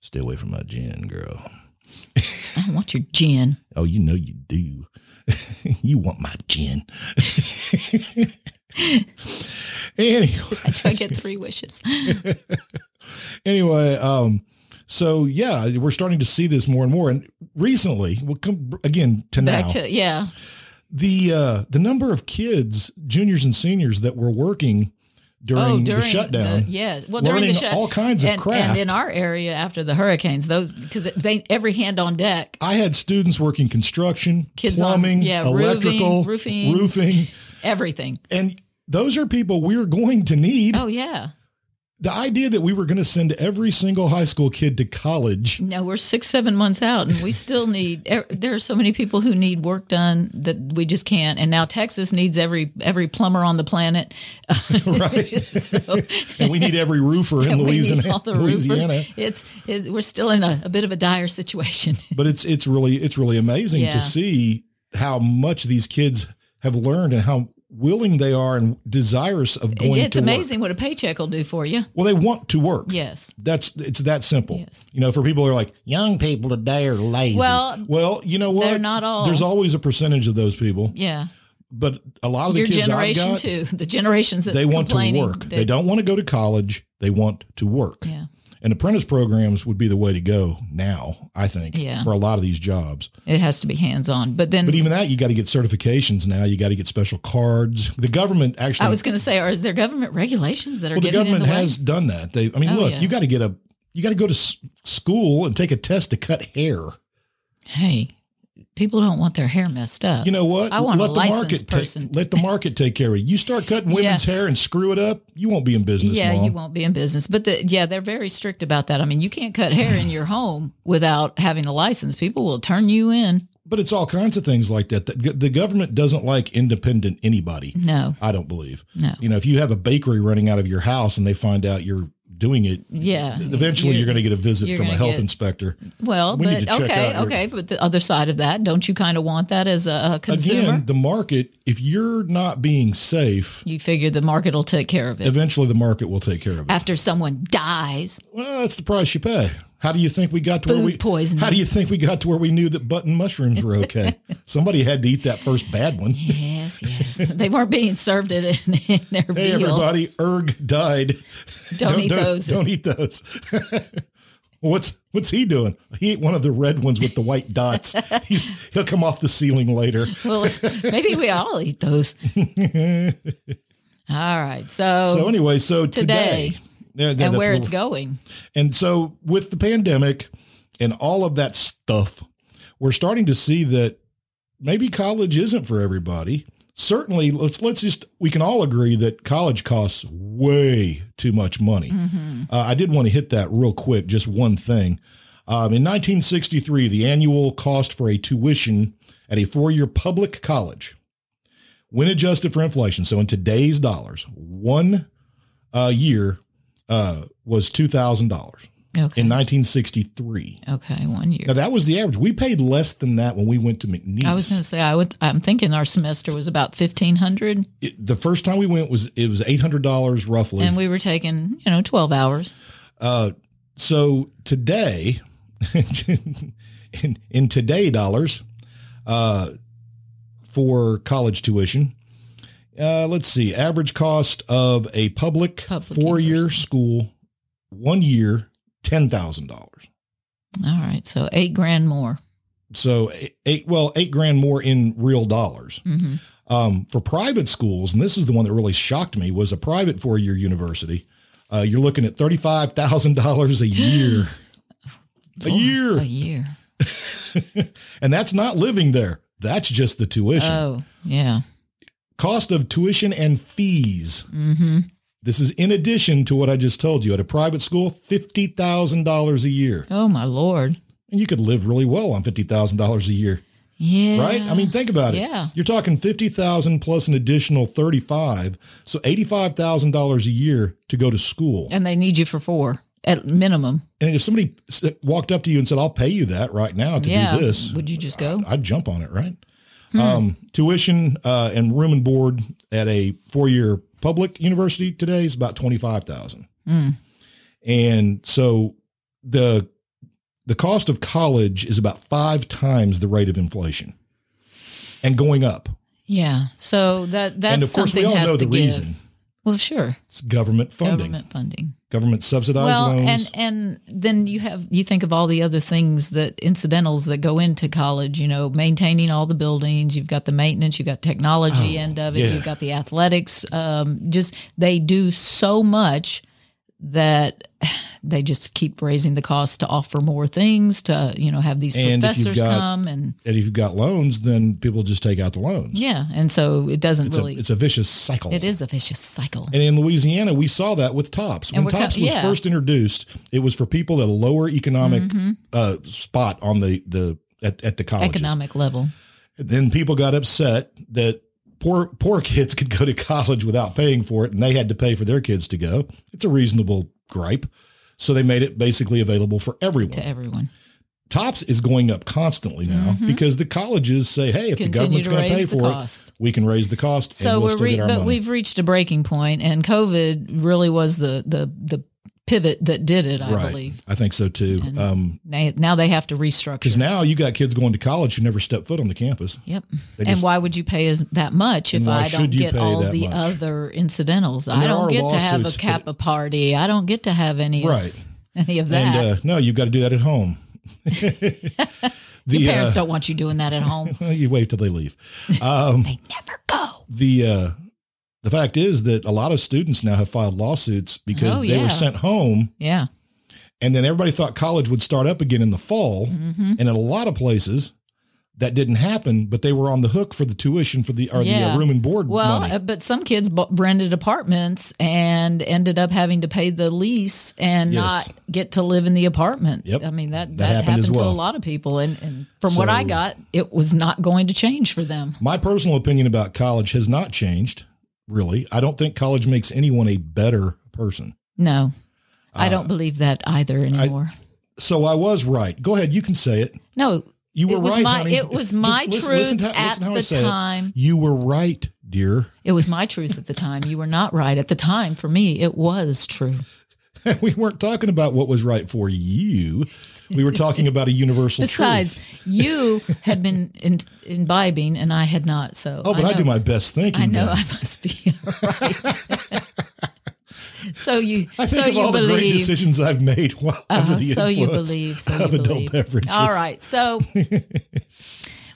Speaker 1: Stay away from my gin, girl.
Speaker 2: I don't want your gin.
Speaker 1: Oh, you know you do. you want my gin. anyway,
Speaker 2: Do I get three wishes?
Speaker 1: anyway, um, so yeah, we're starting to see this more and more. And recently, we'll come again to now
Speaker 2: Back to yeah,
Speaker 1: the uh, the number of kids, juniors and seniors, that were working during, the shutdown.
Speaker 2: Oh, yeah, well, during
Speaker 1: Learning
Speaker 2: the shut,
Speaker 1: all kinds of
Speaker 2: and,
Speaker 1: craft.
Speaker 2: and in our area after the hurricanes, those because they every hand on deck.
Speaker 1: I had students working construction,
Speaker 2: Kids on-
Speaker 1: plumbing,
Speaker 2: yeah, roofing,
Speaker 1: electrical,
Speaker 2: roofing.
Speaker 1: roofing,
Speaker 2: Everything.
Speaker 1: and those are people we're going to need.
Speaker 2: Oh yeah.
Speaker 1: the idea that we were going to send every single high school kid to college
Speaker 2: No, we're six seven months out, and we still need. er, There are so many people who need work done that we just can't. And now Texas needs every every plumber on the planet.
Speaker 1: right
Speaker 2: So
Speaker 1: and we need every roofer in
Speaker 2: we need
Speaker 1: louisiana
Speaker 2: all the
Speaker 1: louisiana
Speaker 2: roofers. It's, it's we're still in a, a bit of a dire situation.
Speaker 1: but it's it's really it's really amazing
Speaker 2: Yeah.
Speaker 1: to see how much these kids have learned and how willing they are and desirous of going
Speaker 2: it's
Speaker 1: to
Speaker 2: amazing what a paycheck will do for you.
Speaker 1: work well they want to work
Speaker 2: Yes.
Speaker 1: that's it's that simple
Speaker 2: Yes.
Speaker 1: you know for people who are like young people today are lazy
Speaker 2: Well,
Speaker 1: well you know what
Speaker 2: they're not all.
Speaker 1: there's always a percentage of those people
Speaker 2: Yeah.
Speaker 1: but a lot of the
Speaker 2: Your
Speaker 1: kids I've
Speaker 2: generation
Speaker 1: got,
Speaker 2: too. The generations that
Speaker 1: they want to work. They, don't want to go to college. They want to work.
Speaker 2: Yeah.
Speaker 1: And apprentice programs would be the way to go now, I think,
Speaker 2: Yeah. Mm.
Speaker 1: for a lot of these jobs.
Speaker 2: It has to be hands on. But then
Speaker 1: But even that, you got to get certifications now. You got to get special cards. The government actually,
Speaker 2: I was going to say, are there government regulations that are
Speaker 1: well, the
Speaker 2: getting
Speaker 1: government
Speaker 2: in the
Speaker 1: has
Speaker 2: way?
Speaker 1: done that. They, I mean,
Speaker 2: Oh,
Speaker 1: look,
Speaker 2: yeah.
Speaker 1: you got to get a, you got to go to s- school and take a test to cut hair.
Speaker 2: Hey, people don't want their hair messed up.
Speaker 1: You know what?
Speaker 2: I want a licensed
Speaker 1: market take-
Speaker 2: person.
Speaker 1: let the market take care of it. You start cutting women's hair and screw it up, you won't be in business
Speaker 2: yeah,
Speaker 1: long.
Speaker 2: you won't be in business. But the, yeah, they're very strict about that. I mean, you can't cut hair in your home without having a license. People will turn you in.
Speaker 1: But it's all kinds of things like that. The, the government doesn't like independent anybody.
Speaker 2: No,
Speaker 1: I don't believe.
Speaker 2: no.
Speaker 1: You know, if you have a bakery running out of your house and they find out you're doing it,
Speaker 2: Yeah.
Speaker 1: eventually you're,
Speaker 2: You're-
Speaker 1: going to get a visit
Speaker 2: you're
Speaker 1: from a
Speaker 2: gonna
Speaker 1: health
Speaker 2: get-
Speaker 1: inspector.
Speaker 2: Well,
Speaker 1: We need
Speaker 2: but
Speaker 1: to check
Speaker 2: okay,
Speaker 1: out your-
Speaker 2: okay. But the other side of that, don't you kind of want that as a, a consumer?
Speaker 1: Again, the market, if you're not being safe,
Speaker 2: you figure the market will take care of it.
Speaker 1: eventually the market will take care of it.
Speaker 2: After someone dies,
Speaker 1: Well, that's the price you pay. How do you think we got to where
Speaker 2: Food
Speaker 1: we
Speaker 2: poisoning.
Speaker 1: How do you think we got to where we knew that button mushrooms were okay? Somebody had to eat that first bad one.
Speaker 2: yes, yes, they weren't being served it in, in their
Speaker 1: Hey,
Speaker 2: meal.
Speaker 1: everybody, erg died.
Speaker 2: Don't, eat
Speaker 1: don't,
Speaker 2: those.
Speaker 1: Don't eat those. what's what's he doing? He ate one of the red ones with the white dots. He's, he'll come off the ceiling later.
Speaker 2: Well, maybe we all eat those. all right. So,
Speaker 1: So anyway, so today,
Speaker 2: Oh, Today.
Speaker 1: Yeah, yeah, that's
Speaker 2: and where
Speaker 1: what
Speaker 2: it's going?
Speaker 1: And so, with the pandemic and all of that stuff, we're starting to see that maybe college isn't for everybody. Certainly, let's let's just we can all agree that college costs way too much money. Uh, I did want to hit that real quick. Just one thing. Um, in 1963, the annual cost for a tuition at a four-year public college, when adjusted for inflation, so in today's dollars, one uh, year uh, was two thousand dollars
Speaker 2: Okay.
Speaker 1: in 1963.
Speaker 2: okay. One year.
Speaker 1: Now that was the average. We paid less than that when we went to McNeese.
Speaker 2: I was going to say I would. I'm thinking our semester was about fifteen hundred,
Speaker 1: It- the first time we went was it was eight hundred dollars roughly. Uh,
Speaker 2: and we were taking you know twelve hours.
Speaker 1: so today, in, in today dollars, uh, for college tuition, uh, let's see, average cost of a public,
Speaker 2: Public
Speaker 1: four-year
Speaker 2: university.
Speaker 1: school, one year, ten thousand dollars.
Speaker 2: All right. So eight grand more.
Speaker 1: So eight- eight, well, eight grand more in real dollars.
Speaker 2: hmm
Speaker 1: um, for private schools, and this is the one that really shocked me, was a private four year university. Uh, you're looking at thirty five thousand dollars a year, a
Speaker 2: A
Speaker 1: year,
Speaker 2: year.
Speaker 1: and that's not living there. That's just the tuition,
Speaker 2: Oh, yeah.
Speaker 1: cost of tuition and fees.
Speaker 2: hmm
Speaker 1: This is in addition to what I just told you at a private school, fifty thousand dollars a year,
Speaker 2: Oh my lord.
Speaker 1: and you could live really well on fifty thousand dollars a year,
Speaker 2: Yeah.
Speaker 1: right? I mean, think about it.
Speaker 2: Mm. Yeah.
Speaker 1: You're talking fifty thousand plus an additional thirty five, so eighty five thousand dollars a year to go to school.
Speaker 2: and they need you for four at minimum.
Speaker 1: And if somebody s- walked up to you and said, "I'll pay you that right now to
Speaker 2: yeah.
Speaker 1: do this,"
Speaker 2: Would you just go? Hmm.
Speaker 1: I'd jump on it, right? Um, tuition uh, and room and board at a four-year public university today is about twenty-five thousand,
Speaker 2: Mm.
Speaker 1: and so the the cost of college is about five times the rate of inflation, and going up.
Speaker 2: Yeah. So that that's
Speaker 1: and of course,
Speaker 2: something
Speaker 1: we all
Speaker 2: have
Speaker 1: know
Speaker 2: to
Speaker 1: the
Speaker 2: give.
Speaker 1: reason:
Speaker 2: Well, sure.
Speaker 1: it's government funding, government,
Speaker 2: Government funding.
Speaker 1: subsidized
Speaker 2: Well,
Speaker 1: loans.
Speaker 2: and and then you have you think of all the other things that incidentals that go into college. You know, maintaining all the buildings. You've got the maintenance. You've got technology end of it.
Speaker 1: Oh, yeah.
Speaker 2: You've got the athletics. Um, just they do so much that they just keep raising the cost to offer more things to you know have these
Speaker 1: And if you've
Speaker 2: professors
Speaker 1: got-
Speaker 2: come and
Speaker 1: and if you've got loans, then people just take out the loans.
Speaker 2: yeah, and so it doesn't
Speaker 1: It's,
Speaker 2: really.
Speaker 1: a, it's a vicious cycle.
Speaker 2: it is a vicious cycle.
Speaker 1: And in Louisiana, we saw that with TOPS. When
Speaker 2: we're co-
Speaker 1: TOPS was
Speaker 2: yeah.
Speaker 1: first introduced, it was for people at a lower economic
Speaker 2: Mm-hmm.
Speaker 1: uh, spot on the the at, at the colleges.
Speaker 2: Economic level.
Speaker 1: Then people got upset that poor poor kids could go to college without paying for it, and they had to pay for their kids to go. It's a reasonable gripe. So they made it basically available for everyone.
Speaker 2: to everyone.
Speaker 1: TOPS is going up constantly now because the colleges say, "Hey, if the
Speaker 2: Mm-hmm.
Speaker 1: government's
Speaker 2: Continue to
Speaker 1: going to pay
Speaker 2: raise
Speaker 1: for
Speaker 2: the cost.
Speaker 1: it, we can raise the cost."
Speaker 2: So
Speaker 1: and we'll
Speaker 2: we're
Speaker 1: still
Speaker 2: re-
Speaker 1: get our
Speaker 2: but
Speaker 1: money.
Speaker 2: we've reached a breaking point, and COVID really was the the the pivot that did it. I
Speaker 1: right.
Speaker 2: believe
Speaker 1: I think so too. Um,
Speaker 2: now, now they have to
Speaker 1: Because
Speaker 2: restructure.
Speaker 1: now you got kids going to college who never step foot on the campus.
Speaker 2: Yep.
Speaker 1: They
Speaker 2: and
Speaker 1: just-
Speaker 2: why would you pay as, that much if
Speaker 1: why
Speaker 2: I don't
Speaker 1: should you
Speaker 2: get
Speaker 1: pay
Speaker 2: all
Speaker 1: that
Speaker 2: the
Speaker 1: much?
Speaker 2: other incidentals? I
Speaker 1: there are
Speaker 2: don't get to have a
Speaker 1: lawsuits, but-
Speaker 2: kappa party. I don't get to have any
Speaker 1: Right.
Speaker 2: of, any of that.
Speaker 1: And uh, no, you've got to do that at home. the
Speaker 2: Your parents
Speaker 1: uh,
Speaker 2: don't want you doing that at home.
Speaker 1: you wait till they leave. Um,
Speaker 2: they never go.
Speaker 1: The uh, the fact is that a lot of students now have filed lawsuits because
Speaker 2: Oh,
Speaker 1: they
Speaker 2: yeah.
Speaker 1: were sent home,
Speaker 2: Yeah.
Speaker 1: and then everybody thought college would start up again in the fall,
Speaker 2: Mm-hmm.
Speaker 1: and in a lot of places. That didn't happen, but they were on the hook for the tuition for the or the
Speaker 2: Yeah.
Speaker 1: uh, room and board
Speaker 2: Well,
Speaker 1: money.
Speaker 2: uh, but some kids b- rented apartments and ended up having to pay the lease and
Speaker 1: Yes.
Speaker 2: not get to live in the apartment.
Speaker 1: Yep.
Speaker 2: I mean that that,
Speaker 1: happened
Speaker 2: happened,
Speaker 1: as
Speaker 2: to
Speaker 1: well.
Speaker 2: a lot of people, and, and from what I
Speaker 1: So-
Speaker 2: got, it was not going to change for them.
Speaker 1: My personal opinion about college has not changed, really. I don't think college makes anyone a better person.
Speaker 2: No, I don't believe that either anymore.
Speaker 1: So I was right. Go ahead. You can say it.
Speaker 2: no,
Speaker 1: You were
Speaker 2: it was
Speaker 1: right,
Speaker 2: my
Speaker 1: honey.
Speaker 2: it was
Speaker 1: Just
Speaker 2: my
Speaker 1: listen-
Speaker 2: truth
Speaker 1: listen to-
Speaker 2: at
Speaker 1: listen to how I
Speaker 2: the
Speaker 1: say it.
Speaker 2: time.
Speaker 1: You were right, dear.
Speaker 2: It was my truth at the time. You were not right at the time. For me, it was true.
Speaker 1: we weren't talking about what was right for you. We were talking about a universal
Speaker 2: Besides,
Speaker 1: truth.
Speaker 2: you had been in, imbibing and I had not. So
Speaker 1: Oh, but I,
Speaker 2: know-
Speaker 1: do my best thinking.
Speaker 2: I know
Speaker 1: then.
Speaker 2: I must be right. so you,
Speaker 1: I think
Speaker 2: so
Speaker 1: of all
Speaker 2: you
Speaker 1: the great
Speaker 2: believe.
Speaker 1: decisions I've made while
Speaker 2: Uh-huh,
Speaker 1: under the
Speaker 2: so you
Speaker 1: influence
Speaker 2: believe. So
Speaker 1: of
Speaker 2: you
Speaker 1: adult
Speaker 2: believe.
Speaker 1: beverages.
Speaker 2: All right. So,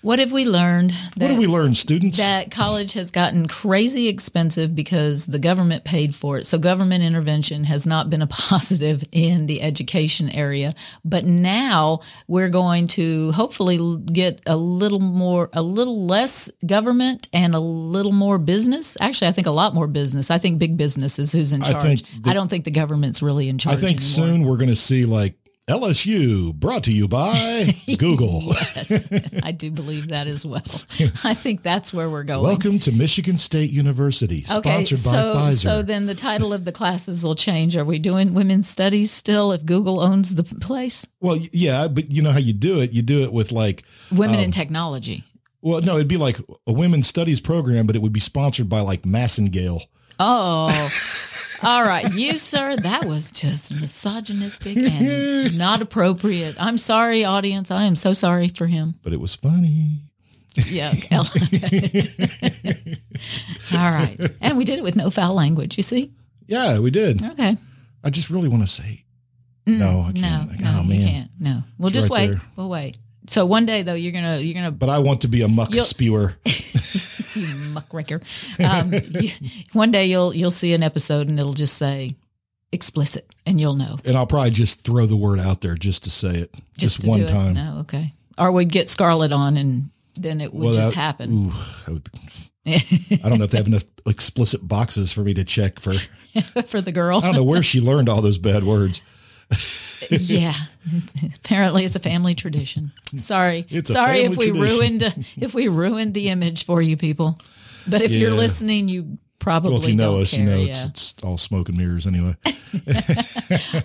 Speaker 2: what have we learned?
Speaker 1: What
Speaker 2: That,
Speaker 1: do we learn, students?
Speaker 2: that college has gotten crazy expensive because the government paid for it. So government intervention has not been a positive in the education area. But now we're going to hopefully l- get a little more, a little less government and a little more business. Actually, I think a lot more business. I think big business is who's in
Speaker 1: I
Speaker 2: charge. I,
Speaker 1: think the-
Speaker 2: don't think the government's really in
Speaker 1: I
Speaker 2: charge.
Speaker 1: think
Speaker 2: anymore.
Speaker 1: soon we're going to see like LSU brought to you by Google.
Speaker 2: Yes, I do believe that as well. I think that's where we're going.
Speaker 1: Welcome to Michigan State University, sponsored
Speaker 2: so,
Speaker 1: by Pfizer.
Speaker 2: So then the title of the classes will change. Are we doing women's studies still if Google owns the place?
Speaker 1: well, y- yeah, but you know how you do it? You do it with like,
Speaker 2: Women
Speaker 1: Oh.
Speaker 2: in technology.
Speaker 1: well, no, it'd be like a women's studies program, but it would be sponsored by like Massengale.
Speaker 2: Oh. All right, you sir, that was just misogynistic and not appropriate. I'm sorry, audience. I am so sorry for him.
Speaker 1: But it was funny.
Speaker 2: Yeah. All right. And we did it with no foul language, you see?
Speaker 1: Yeah, we did.
Speaker 2: Okay. Mm,
Speaker 1: I just really want to say, no, I
Speaker 2: No,
Speaker 1: can't.
Speaker 2: no,
Speaker 1: oh,
Speaker 2: you
Speaker 1: man.
Speaker 2: can't. No. Well,
Speaker 1: It's
Speaker 2: just
Speaker 1: right
Speaker 2: wait.
Speaker 1: there.
Speaker 2: We'll wait. So one day though, you're gonna you're gonna
Speaker 1: But I want to be a muck
Speaker 2: You'll-
Speaker 1: spewer.
Speaker 2: you muckraker. Um, you- one day you'll you'll see an episode and it'll just say explicit, and you'll know
Speaker 1: and I'll probably just throw the word out there just to say it, just,
Speaker 2: to
Speaker 1: one
Speaker 2: do it.
Speaker 1: time.
Speaker 2: No, okay. Or we'd get Scarlet on, and then it would
Speaker 1: Well,
Speaker 2: just
Speaker 1: that-
Speaker 2: happen.
Speaker 1: Ooh, that would be- I don't know if they have enough explicit boxes for me to check for. Mm. I
Speaker 2: for the girl.
Speaker 1: don't know where she learned all those bad words.
Speaker 2: yeah, apparently it's a family tradition. Sorry,
Speaker 1: It's a
Speaker 2: sorry if we
Speaker 1: family tradition.
Speaker 2: ruined uh, if we ruined the image for you people. But if you're
Speaker 1: Yeah.
Speaker 2: listening, you probably
Speaker 1: Well, if you know
Speaker 2: don't
Speaker 1: us,
Speaker 2: care.
Speaker 1: you know
Speaker 2: yeah.
Speaker 1: it's, it's all smoke and mirrors anyway.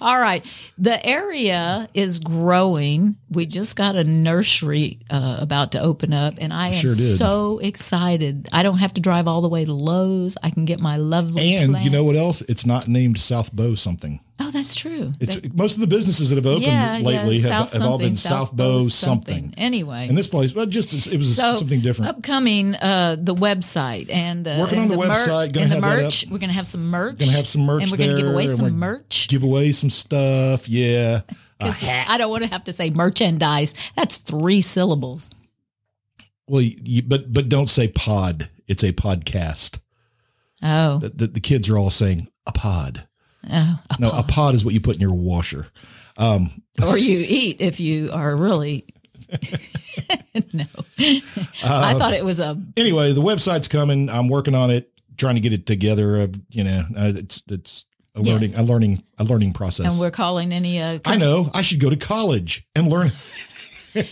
Speaker 2: All right. The area is growing. We just got a nursery uh, about to open up, and I am
Speaker 1: Sure did.
Speaker 2: so excited. I don't have to drive all the way to Lowe's. I can get my lovely
Speaker 1: And you know what
Speaker 2: plants.
Speaker 1: else? It's not named South Bow something.
Speaker 2: Oh, that's true.
Speaker 1: It's most of the businesses that have opened
Speaker 2: yeah,
Speaker 1: lately
Speaker 2: yeah,
Speaker 1: have,
Speaker 2: South
Speaker 1: have all been
Speaker 2: something,
Speaker 1: South, Bow something.
Speaker 2: Anyway,
Speaker 1: And this place, well, just it was
Speaker 2: so
Speaker 1: something different.
Speaker 2: Upcoming, uh, the website and uh,
Speaker 1: Working
Speaker 2: and
Speaker 1: on the
Speaker 2: mer-
Speaker 1: website, gonna
Speaker 2: and the
Speaker 1: have that
Speaker 2: merch.
Speaker 1: up.
Speaker 2: We're gonna have some merch.
Speaker 1: Gonna have some merch
Speaker 2: and we're gonna give
Speaker 1: there,
Speaker 2: away
Speaker 1: and
Speaker 2: some
Speaker 1: we're-
Speaker 2: merch.
Speaker 1: Give away some stuff, yeah. A
Speaker 2: 'Cause
Speaker 1: hat.
Speaker 2: I don't want to have to say merchandise. That's three syllables.
Speaker 1: Well, you, but but don't say pod. It's a podcast.
Speaker 2: Oh,
Speaker 1: The, the, the kids are all saying a pod.
Speaker 2: oh a
Speaker 1: No, a pod is what you put in your washer. Um,
Speaker 2: or you eat if you are really no
Speaker 1: Uh,
Speaker 2: i thought it was a
Speaker 1: anyway, the website's coming. I'm working on it, trying to get it together. Uh, you know, uh, it's it's a
Speaker 2: Yes.
Speaker 1: learning a learning a learning process.
Speaker 2: and we're calling any uh
Speaker 1: I know. I should go to college and learn.
Speaker 2: you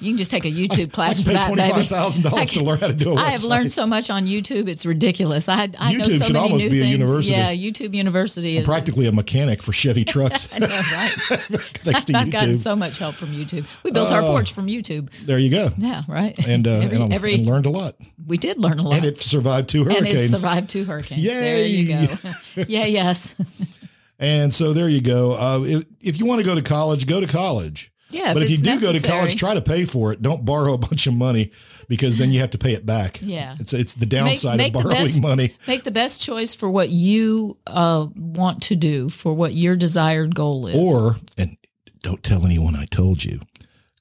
Speaker 2: can just take a youtube class for
Speaker 1: Pay
Speaker 2: that
Speaker 1: twenty five
Speaker 2: baby
Speaker 1: thousand dollars to learn how to do a website.
Speaker 2: I have learned so much on YouTube. It's ridiculous. I I know
Speaker 1: YouTube
Speaker 2: so
Speaker 1: should
Speaker 2: many
Speaker 1: almost
Speaker 2: new
Speaker 1: be a
Speaker 2: things.
Speaker 1: university.
Speaker 2: Yeah, YouTube University is
Speaker 1: Practically a mechanic for Chevy trucks,
Speaker 2: I know, right.
Speaker 1: thanks to
Speaker 2: I've gotten
Speaker 1: YouTube.
Speaker 2: so much help from YouTube. We built our porch from YouTube.
Speaker 1: there you go,
Speaker 2: Yeah, right.
Speaker 1: and uh,
Speaker 2: every,
Speaker 1: and, I-
Speaker 2: every
Speaker 1: and learned a lot,
Speaker 2: we did learn a lot,
Speaker 1: and it survived two
Speaker 2: And
Speaker 1: hurricanes.
Speaker 2: it survived two hurricanes. There you
Speaker 1: Yay.
Speaker 2: go. yeah, yes,
Speaker 1: And so there you go. Uh, if, if you want to go to college, go to college.
Speaker 2: Yeah, if
Speaker 1: But if, you
Speaker 2: it's
Speaker 1: do go to
Speaker 2: necessary.
Speaker 1: college, try to pay for it. Don't borrow a bunch of money because then you have to pay it back.
Speaker 2: Yeah.
Speaker 1: It's it's the downside
Speaker 2: make the
Speaker 1: of borrowing
Speaker 2: best-
Speaker 1: money.
Speaker 2: Make the best choice for what you uh, want to do, for what your desired goal is.
Speaker 1: Or and don't tell anyone I told you.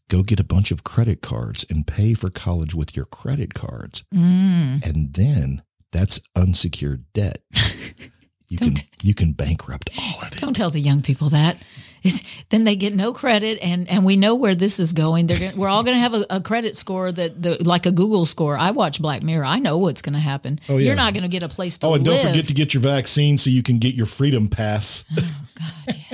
Speaker 1: Go get a bunch of credit cards and pay for college with your credit cards.
Speaker 2: Mm.
Speaker 1: And then that's unsecured debt. You can you can bankrupt all of it.
Speaker 2: don't tell the young people that. It's, then they get no credit, and, and we know where this is going. They're gonna, we're all going to have a, a credit score that the like a Google score. I watch Black Mirror. I know what's going to happen.
Speaker 1: Oh, yeah.
Speaker 2: You're not going to get a place to
Speaker 1: Oh, and
Speaker 2: live. Oh,
Speaker 1: don't forget to get your vaccine so you can get your freedom pass.
Speaker 2: God, yeah.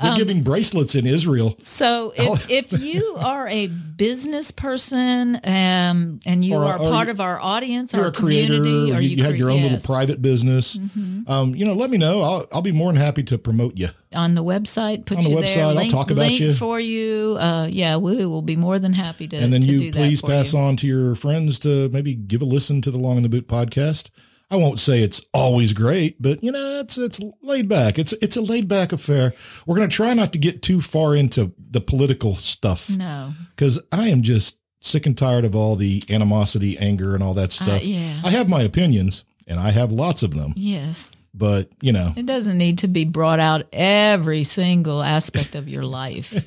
Speaker 1: They're giving bracelets in Israel
Speaker 2: So
Speaker 1: Oh.
Speaker 2: if, if you are a business person um, and you
Speaker 1: Or-
Speaker 2: are
Speaker 1: or
Speaker 2: part
Speaker 1: you-
Speaker 2: of our audience,
Speaker 1: you're
Speaker 2: our
Speaker 1: a creator,
Speaker 2: community,
Speaker 1: or
Speaker 2: or
Speaker 1: you, you have
Speaker 2: cre-
Speaker 1: your own
Speaker 2: yes. Mm-hmm.
Speaker 1: little private business, um, you know, let me know. I'll, I'll be more than happy to promote you.
Speaker 2: on the website, put
Speaker 1: On the
Speaker 2: you
Speaker 1: website,
Speaker 2: there.
Speaker 1: I'll talk about
Speaker 2: link
Speaker 1: you.
Speaker 2: for you. Uh, yeah, we will be more than happy to.
Speaker 1: And then
Speaker 2: to
Speaker 1: you
Speaker 2: do
Speaker 1: please
Speaker 2: that for
Speaker 1: pass
Speaker 2: you.
Speaker 1: on to your friends to maybe give a listen to the Long in the Boot podcast. I won't say it's always great, but you know, it's it's laid back. It's it's a laid back affair. We're gonna try not to get too far into the political stuff
Speaker 2: No,
Speaker 1: because I am just sick and tired of all the animosity, anger, and all that stuff.
Speaker 2: yeah.
Speaker 1: I have my opinions and I have lots of them,
Speaker 2: yes,
Speaker 1: but you know,
Speaker 2: it doesn't need to be brought out every single aspect of your life.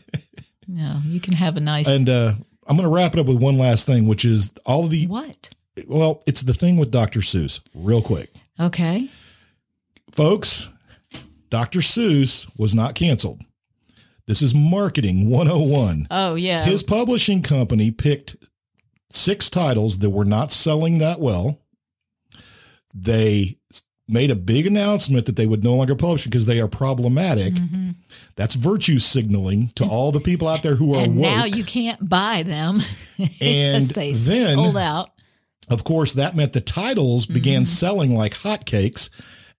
Speaker 2: no, you can have a nice
Speaker 1: and uh, I'm gonna wrap it up with one last thing, which is all the
Speaker 2: what?
Speaker 1: well, it's the thing with Dr. Seuss, real quick.
Speaker 2: Okay,
Speaker 1: folks, Dr. Seuss was not canceled. This is marketing 101.
Speaker 2: oh yeah,
Speaker 1: His publishing company picked six titles that were not selling that well. They s- made a big announcement that they would no longer publish because they are problematic.
Speaker 2: Mm-hmm.
Speaker 1: That's virtue signaling to all the people out there who are
Speaker 2: and
Speaker 1: woke.
Speaker 2: now you can't buy them
Speaker 1: And
Speaker 2: because they
Speaker 1: then-
Speaker 2: sold out.
Speaker 1: Of course, that meant the titles began
Speaker 2: Mm-hmm.
Speaker 1: selling like hotcakes,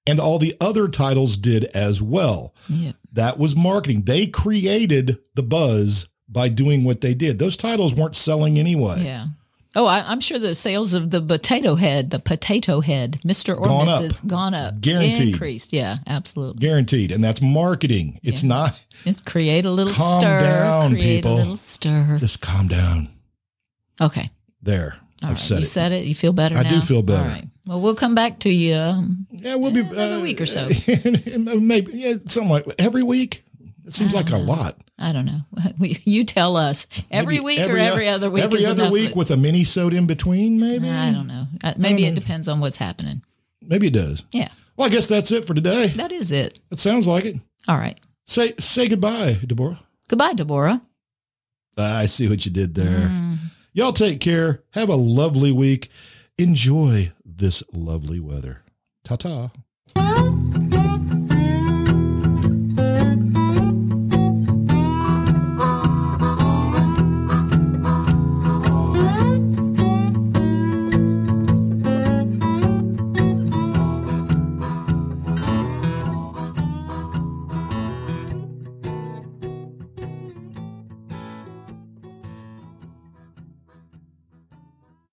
Speaker 1: and all the other titles did as well.
Speaker 2: Yeah.
Speaker 1: That was marketing. They created the buzz by doing what they did. Those titles weren't selling anyway.
Speaker 2: Yeah. Oh, I, I'm sure the sales of the potato head, the potato head, Mr. or
Speaker 1: Gone up.
Speaker 2: Mrs. gone up.
Speaker 1: Guaranteed.
Speaker 2: Increased. Yeah, absolutely.
Speaker 1: Guaranteed. And that's marketing. It's not
Speaker 2: Just create a little
Speaker 1: Calm
Speaker 2: stir.
Speaker 1: down,
Speaker 2: create
Speaker 1: people.
Speaker 2: a little stir.
Speaker 1: just calm down.
Speaker 2: Okay.
Speaker 1: There.
Speaker 2: All
Speaker 1: I've
Speaker 2: right.
Speaker 1: said
Speaker 2: you
Speaker 1: it.
Speaker 2: said it. You feel better
Speaker 1: I
Speaker 2: now?
Speaker 1: do feel better.
Speaker 2: All right. Well, we'll come back to you. Um,
Speaker 1: yeah, we'll be uh,
Speaker 2: another week or so.
Speaker 1: maybe yeah, something like every week. It seems like a lot.
Speaker 2: I don't know. We, you tell us. Every
Speaker 1: Maybe
Speaker 2: week or every
Speaker 1: o-
Speaker 2: other week?
Speaker 1: Every
Speaker 2: is
Speaker 1: other
Speaker 2: enough.
Speaker 1: week with a mini soda in between, maybe.
Speaker 2: I don't know. Uh, Maybe it depends on what's happening.
Speaker 1: Maybe it does.
Speaker 2: Yeah.
Speaker 1: Well, I guess that's it for today.
Speaker 2: That is it.
Speaker 1: That sounds like it.
Speaker 2: All right.
Speaker 1: Say say goodbye, Deborah.
Speaker 2: Goodbye, Deborah.
Speaker 1: Ah, I see what you did there.
Speaker 2: Mm.
Speaker 1: Y'all take care. Have a lovely week. Enjoy this lovely weather. Ta ta.